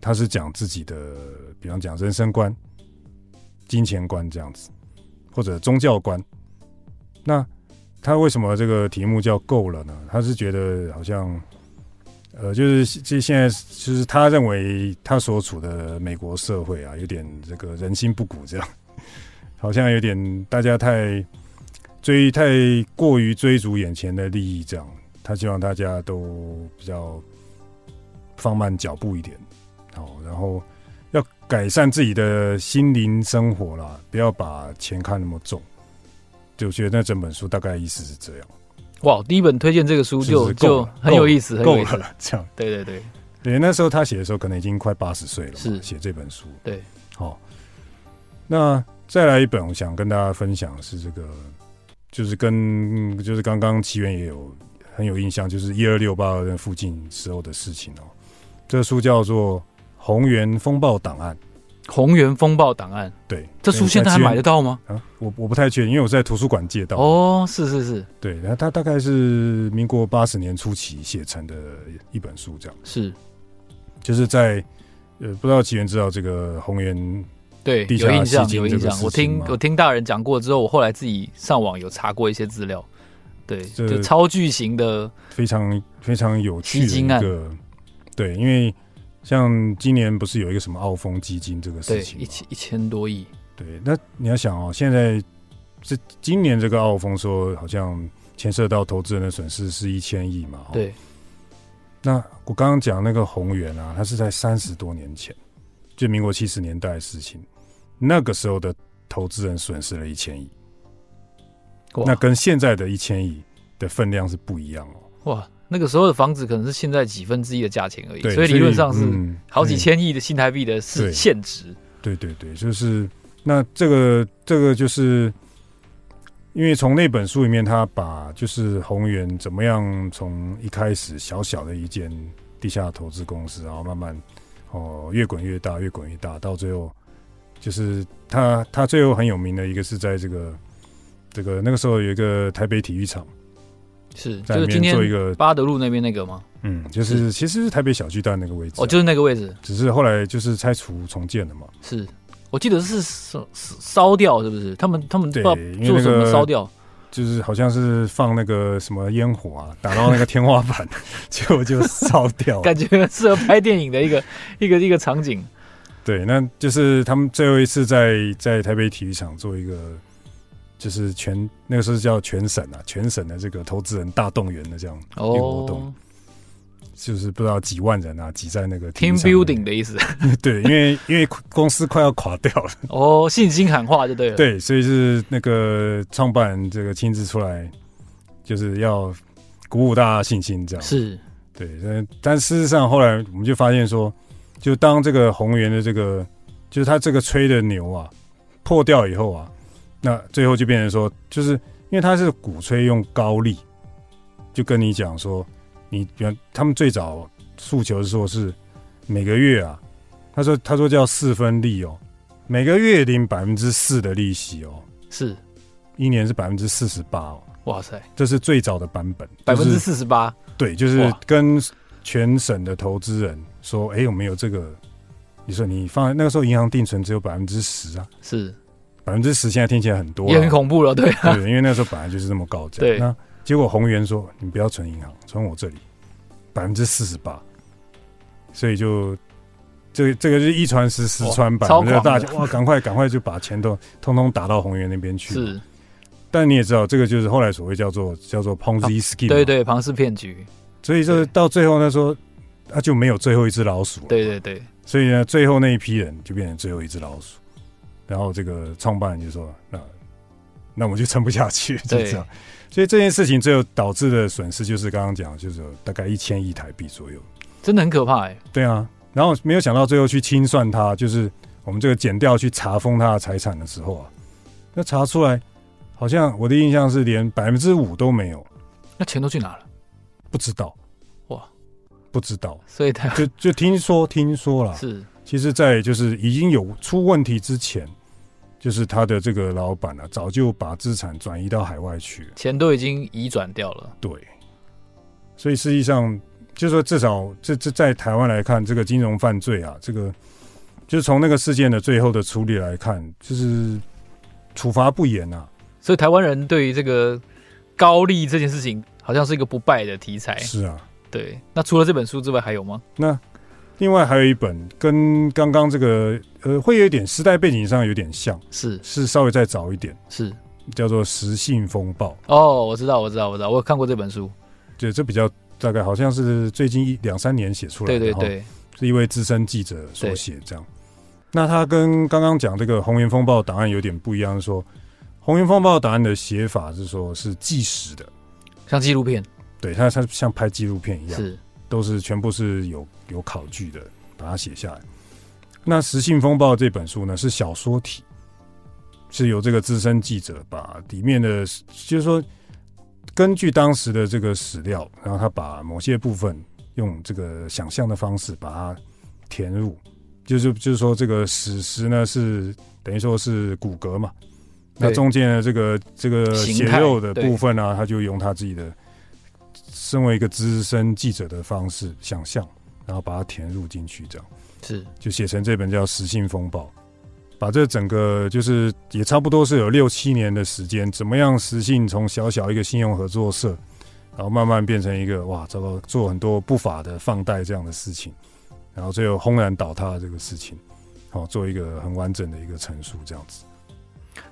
[SPEAKER 1] 他是讲自己的，比方讲人生观、金钱观这样子，或者宗教观。那他为什么这个题目叫够了呢？他是觉得好像，呃，就是这现在就是他认为他所处的美国社会啊，有点这个人心不古这样，好像有点大家太追太过于追逐眼前的利益，这样他希望大家都比较放慢脚步一点，好，然后要改善自己的心灵生活啦，不要把钱看那么重。就觉得那整本书大概意思是这样，
[SPEAKER 2] 哇，第一本推荐这个书就是
[SPEAKER 1] 是够
[SPEAKER 2] 就
[SPEAKER 1] 了
[SPEAKER 2] 很有意思，很有
[SPEAKER 1] 够
[SPEAKER 2] 意思。
[SPEAKER 1] 了，这样。
[SPEAKER 2] 对对对，
[SPEAKER 1] 对，那时候他写的时候可能已经快八十岁了嘛，
[SPEAKER 2] 是
[SPEAKER 1] 写这本书。
[SPEAKER 2] 对，
[SPEAKER 1] 好、那再来一本，我想跟大家分享的是这个，就是跟就是刚刚奇缘也有很有印象，就是一二六八二附近时候的事情哦。这个书叫做《红源风暴档案》，
[SPEAKER 2] 《红源风暴档案》
[SPEAKER 1] 对，
[SPEAKER 2] 这书现在还买得到吗？
[SPEAKER 1] 啊？我我不太确定，因为我在图书馆借到。
[SPEAKER 2] 哦，是是是
[SPEAKER 1] 对，然后它大概是民国八十年初期写成的一本书，这样
[SPEAKER 2] 是，
[SPEAKER 1] 就是在呃，不知道奇缘知道这个红源
[SPEAKER 2] 对，
[SPEAKER 1] 地下
[SPEAKER 2] 有印象
[SPEAKER 1] 吸金
[SPEAKER 2] 有印
[SPEAKER 1] 这个
[SPEAKER 2] 象。
[SPEAKER 1] 事
[SPEAKER 2] 我听
[SPEAKER 1] 情嘛
[SPEAKER 2] 我听大人讲过之后，我后来自己上网有查过一些资料，对，
[SPEAKER 1] 这
[SPEAKER 2] 就超巨型的，
[SPEAKER 1] 非常非常有趣
[SPEAKER 2] 吸
[SPEAKER 1] 的一
[SPEAKER 2] 金案
[SPEAKER 1] 个，对，因为像今年不是有一个什么澳丰基金这个
[SPEAKER 2] 对
[SPEAKER 1] 事，情
[SPEAKER 2] 一
[SPEAKER 1] 嘛，
[SPEAKER 2] 千一千多亿，
[SPEAKER 1] 对，那你要想哦，现在这今年这个澳丰说好像牵涉到投资人的损失是一千亿嘛，哦，
[SPEAKER 2] 对，
[SPEAKER 1] 那我刚刚讲那个宏源啊，它是在三十多年前，就民国七十年代的事情，那个时候的投资人损失了一千亿，
[SPEAKER 2] 哇
[SPEAKER 1] 那跟现在的一千亿的分量是不一样哦，
[SPEAKER 2] 哇，那个时候的房子可能是现在几分之一的价钱而已，
[SPEAKER 1] 对，
[SPEAKER 2] 所以理论上是
[SPEAKER 1] 嗯
[SPEAKER 2] 好几
[SPEAKER 1] 嗯
[SPEAKER 2] 千亿的新台币的市
[SPEAKER 1] 对
[SPEAKER 2] 现值，
[SPEAKER 1] 对对对，就是那这个这个就是，因为从那本书里面，他把就是宏源怎么样从一开始小小的一间地下投资公司，然后慢慢哦越滚越大，越滚越大，到最后就是他他最后很有名的一个是在这个这个那个时候有一个台北体育场，
[SPEAKER 2] 是，就
[SPEAKER 1] 在那
[SPEAKER 2] 是今
[SPEAKER 1] 边
[SPEAKER 2] 天
[SPEAKER 1] 做一个
[SPEAKER 2] 巴德路那边那个吗？
[SPEAKER 1] 嗯，就是其实是台北小巨蛋那个位置啊、
[SPEAKER 2] 哦，就是那个位置，
[SPEAKER 1] 只是后来就是拆除重建了嘛。
[SPEAKER 2] 是我记得是烧烧掉，是不是？他们他们不
[SPEAKER 1] 对
[SPEAKER 2] 知道
[SPEAKER 1] 因为
[SPEAKER 2] 做
[SPEAKER 1] 那
[SPEAKER 2] 什么
[SPEAKER 1] 个哦
[SPEAKER 2] 烧掉，
[SPEAKER 1] 就是好像是放那个什么烟火啊，打到那个天花板， 结果就烧掉了。
[SPEAKER 2] 感觉适合拍电影的一个 一个一个场景。
[SPEAKER 1] 对，那就是他们最后一次在在台北体育场做一个，就是全那个时候叫全省啊，全省的这个投资人大动员的这样，一个活
[SPEAKER 2] 哦
[SPEAKER 1] 动就是不知道几万人啊，挤在那个体育
[SPEAKER 2] ，team
[SPEAKER 1] 场
[SPEAKER 2] building 的意思。
[SPEAKER 1] 对，因为因为公司快要垮掉了，
[SPEAKER 2] 哦，信心喊话 就对了。，
[SPEAKER 1] 对，所以是那个创办人这个亲自出来，就是要鼓舞大家信心这样。
[SPEAKER 2] 是
[SPEAKER 1] 对，但但事实上后来我们就发现说，就当这个宏源的这个，就是他这个吹的牛啊破掉以后啊，那最后就变成说，就是因为他是鼓吹用高利，就跟你讲说，你原他们最早诉求是说是每个月啊，他说他说叫四分利哦，每个月领百分之四的利息哦，
[SPEAKER 2] 是，
[SPEAKER 1] 一年是百分之四十八哦，
[SPEAKER 2] 哇塞，
[SPEAKER 1] 这是最早的版本，
[SPEAKER 2] 百分
[SPEAKER 1] 就是
[SPEAKER 2] 之四十八，
[SPEAKER 1] 对，就是
[SPEAKER 2] 哇
[SPEAKER 1] 跟全省的投资人说，哎、我们有这个？你说你放在那个时候，银行定存只有百分之十啊，
[SPEAKER 2] 是
[SPEAKER 1] 百分之十现在听起来很多、啊，
[SPEAKER 2] 也很恐怖了，对啊，
[SPEAKER 1] 对，因为那时候本来就是这么高价。
[SPEAKER 2] 对
[SPEAKER 1] 那结果宏源说，你不要存银行，存我这里，百分之四十八，所以就这个这个是一传十，十传百，
[SPEAKER 2] 哇超
[SPEAKER 1] 我觉得
[SPEAKER 2] 狂
[SPEAKER 1] 大
[SPEAKER 2] 的
[SPEAKER 1] 家哇，赶快赶快就把钱都通通打到宏源那边去。
[SPEAKER 2] 是
[SPEAKER 1] 但你也知道，这个就是后来所谓叫做叫做 Ponzi scheme，、
[SPEAKER 2] 对。对庞氏骗局，
[SPEAKER 1] 所以就是到最后呢，说他就没有最后一只老鼠了，
[SPEAKER 2] 对对对，
[SPEAKER 1] 所以呢，最后那一批人就变成最后一只老鼠。然后这个创办人就说：“那那我们就撑不下去，就
[SPEAKER 2] 对
[SPEAKER 1] 这样。”所以这件事情最后导致的损失就是刚刚讲，就是有大概一千亿台币左右。
[SPEAKER 2] 真的很可怕哎、
[SPEAKER 1] 对啊，然后没有想到最后去清算他，就是我们这个减掉去查封他的财产的时候啊，那查出来好像我的印象是连百分之五都没有，
[SPEAKER 2] 那钱都去哪了？
[SPEAKER 1] 不知道
[SPEAKER 2] 哇，
[SPEAKER 1] 不知道，
[SPEAKER 2] 所以他
[SPEAKER 1] 就就听说听说啦。
[SPEAKER 2] 是
[SPEAKER 1] 其实，在就是已经有出问题之前，就是他的这个老板啊，早就把资产转移到海外去了。
[SPEAKER 2] 钱都已经移转掉了，
[SPEAKER 1] 对，所以实际上，就是说至少这这在台湾来看，这个金融犯罪啊，这个就是从那个事件的最后的处理来看，就是处罚不严啊。
[SPEAKER 2] 所以台湾人对于这个高利这件事情，好像是一个不败的题材。
[SPEAKER 1] 是啊，
[SPEAKER 2] 对，那除了这本书之外，还有吗？
[SPEAKER 1] 那另外还有一本跟刚刚这个呃，会有一点时代背景上有点像，
[SPEAKER 2] 是
[SPEAKER 1] 是稍微再早一点，
[SPEAKER 2] 是，
[SPEAKER 1] 叫做《时信风暴》。
[SPEAKER 2] 哦，我知道，我知道，我知道，我有看过这本书。
[SPEAKER 1] 对，这比较大概好像是最近一两三年写出来
[SPEAKER 2] 对
[SPEAKER 1] 的，
[SPEAKER 2] 对
[SPEAKER 1] 然后
[SPEAKER 2] 对，
[SPEAKER 1] 是一位资深记者所写这样。那他跟刚刚讲这个《红岩风暴》档案有点不一样，是说《红岩风暴》档案的写法是说是纪实的，
[SPEAKER 2] 像纪录片
[SPEAKER 1] 对，它它像拍纪录片一样，
[SPEAKER 2] 是
[SPEAKER 1] 都是全部是有有考据的，把它写下来。那《实信风暴》这本书呢是小说体，是由这个资深记者把里面的，就是说根据当时的这个史料，然后他把某些部分用这个想象的方式把它填入，就是就是说这个史实呢是等于说是骨骼嘛，那
[SPEAKER 2] 对
[SPEAKER 1] 中间的这个这个
[SPEAKER 2] 形
[SPEAKER 1] 血
[SPEAKER 2] 态
[SPEAKER 1] 呃肉的
[SPEAKER 2] 对
[SPEAKER 1] 部分啊，他就用他自己的身为一个资深记者的方式想象，然后把它填入进去，这样
[SPEAKER 2] 是
[SPEAKER 1] 就写成这本叫《实性风暴》。把这整个就是也差不多是有六七年的时间，怎么样实性从小小一个信用合作社，然后慢慢变成一个哇，糟糕，做很多不法的放贷这样的事情，然后最后轰然倒塌的这个事情，好、做一个很完整的一个陈述，这样子。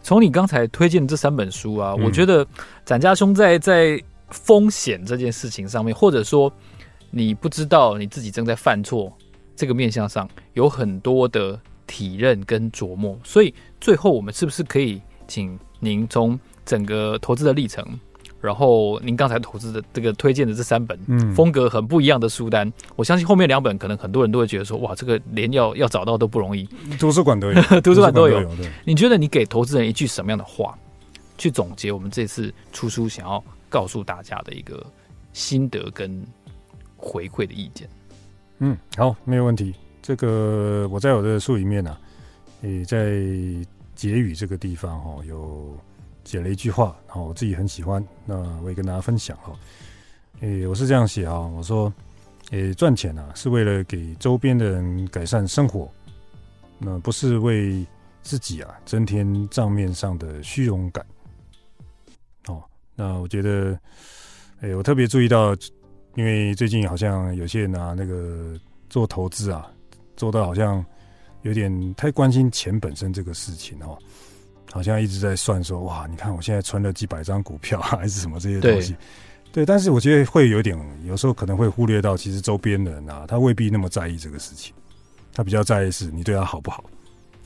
[SPEAKER 2] 从你刚才推荐的这三本书啊，
[SPEAKER 1] 嗯
[SPEAKER 2] 我觉得展家兄在在风险这件事情上面，或者说你不知道你自己正在犯错这个面向上，有很多的体认跟琢磨。所以最后我们是不是可以请您从整个投资的历程，然后您刚才投资的这个推荐的这三本
[SPEAKER 1] 嗯
[SPEAKER 2] 风格很不一样的书单，我相信后面两本可能很多人都会觉得说，哇，这个连要要找到都不容易。
[SPEAKER 1] 嗯图书馆都有，
[SPEAKER 2] 图书馆都有
[SPEAKER 1] 图书馆对。
[SPEAKER 2] 你觉得你给投资人一句什么样的话，去总结我们这次出书想要告诉大家的一个心得跟回馈的意见？
[SPEAKER 1] 嗯，好，没有问题。这个我在我的书里面啊，也在结语这个地方哦，有写了一句话，然后我自己很喜欢，那我也跟大家分享哦。诶，我是这样写啊，我说，诶，赚钱啊是为了给周边的人改善生活，那不是为自己啊增添账面上的虚荣感。哦，那我觉得，诶，我特别注意到因为最近好像有些人啊，那个做投资啊，做到好像有点太关心钱本身这个事情哦，好像一直在算说，哇，你看我现在存了几百张股票、啊、还是什么这些东西。对，但是我觉得会有点，有时候可能会忽略到，其实周边的人啊，他未必那么在意这个事情，他比较在意是你对他好不好，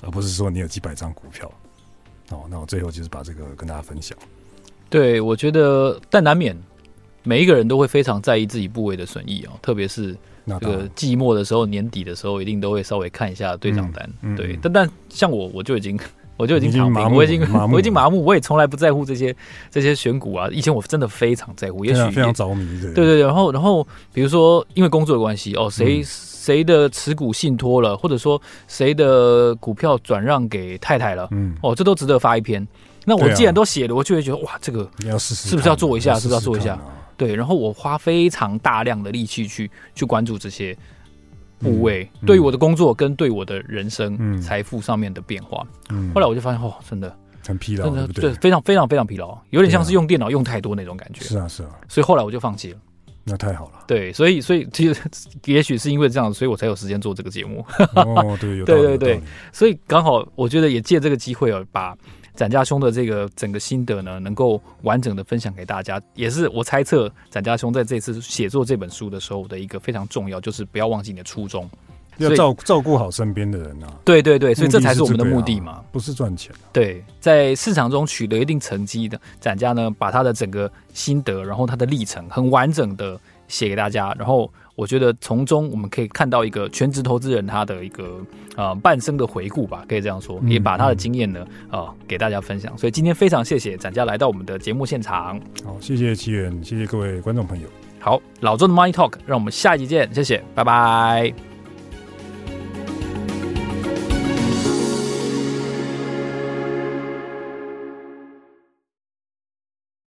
[SPEAKER 1] 而不是说你有几百张股票。哦，那我最后就是把这个跟大家分享。
[SPEAKER 2] 对，我觉得，但难免每一个人都会非常在意自己部位的损益哦，特别是
[SPEAKER 1] 那
[SPEAKER 2] 这
[SPEAKER 1] 当然
[SPEAKER 2] 个季末的时候、年底的时候，一定都会稍微看一下对账单。
[SPEAKER 1] 嗯嗯
[SPEAKER 2] 对
[SPEAKER 1] 嗯，
[SPEAKER 2] 但但像我，我就已经。我就已经
[SPEAKER 1] 已经
[SPEAKER 2] 躺
[SPEAKER 1] 麻
[SPEAKER 2] 平，
[SPEAKER 1] 木
[SPEAKER 2] 我已经
[SPEAKER 1] 了麻木
[SPEAKER 2] 我已经麻木，我也从来不在乎这些这些选股啊。以前我真的非常在乎，也
[SPEAKER 1] 非
[SPEAKER 2] 许
[SPEAKER 1] 啊常非
[SPEAKER 2] 也
[SPEAKER 1] 常着迷的，
[SPEAKER 2] 对对，对然后然后比如说因为工作的关系，哦，谁、
[SPEAKER 1] 嗯
[SPEAKER 2] 谁的持股信托了，或者说谁的股票转让给太太了，
[SPEAKER 1] 嗯，
[SPEAKER 2] 哦，这都值得发一篇。那我
[SPEAKER 1] 对啊
[SPEAKER 2] 既然都写了，我就会觉得哇，这个
[SPEAKER 1] 你要试试看啊，
[SPEAKER 2] 是不是要做一下
[SPEAKER 1] 你试试
[SPEAKER 2] 是不是要做一下
[SPEAKER 1] 看啊
[SPEAKER 2] 对。然后我花非常大量的力气去去关注这些部位，
[SPEAKER 1] 嗯
[SPEAKER 2] 对于我的工作跟对我的人生、
[SPEAKER 1] 嗯
[SPEAKER 2] 财富上面的变化。
[SPEAKER 1] 嗯
[SPEAKER 2] 后来我就发现，哦，真的
[SPEAKER 1] 很疲劳，
[SPEAKER 2] 真
[SPEAKER 1] 对
[SPEAKER 2] 的
[SPEAKER 1] 不
[SPEAKER 2] 对，
[SPEAKER 1] 对？
[SPEAKER 2] 非常非常非常疲劳，有点像
[SPEAKER 1] 对啊
[SPEAKER 2] 是用电脑用太多那种感觉。
[SPEAKER 1] 是啊，是啊，
[SPEAKER 2] 所以后来我就放弃了。
[SPEAKER 1] 那太好 了。
[SPEAKER 2] 对，所以所以其实也许是因为这样，所以我才有时间做这个节目。
[SPEAKER 1] 哦，对，有道理，
[SPEAKER 2] 对对对
[SPEAKER 1] 有道理，
[SPEAKER 2] 所以刚好我觉得也借这个机会哦，把展家兄的这个整个心得呢，能够完整的分享给大家，也是我猜测展家兄在这次写作这本书的时候的一个非常重要，就是不要忘记你的初衷。所
[SPEAKER 1] 要
[SPEAKER 2] 以
[SPEAKER 1] 照照顾好身边的人啊，
[SPEAKER 2] 对对对，所以这
[SPEAKER 1] 目的
[SPEAKER 2] 才是我们的
[SPEAKER 1] 个呀
[SPEAKER 2] 目的嘛。，
[SPEAKER 1] 不是赚钱啊。
[SPEAKER 2] 对，在市场中取得一定成绩的展家呢，把他的整个心得，然后他的历程，很完整的写给大家。然后我觉得从中我们可以看到一个全职投资人他的一个呃半生的回顾吧，可以这样说，
[SPEAKER 1] 嗯
[SPEAKER 2] 也把他的经验呢呃给大家分享。所以今天非常谢谢展家来到我们的节目现场。
[SPEAKER 1] 好，谢谢奇缘，谢谢各位观众朋友。
[SPEAKER 2] 好，老周的 Money Talk，让我们下一集见，谢谢，拜拜。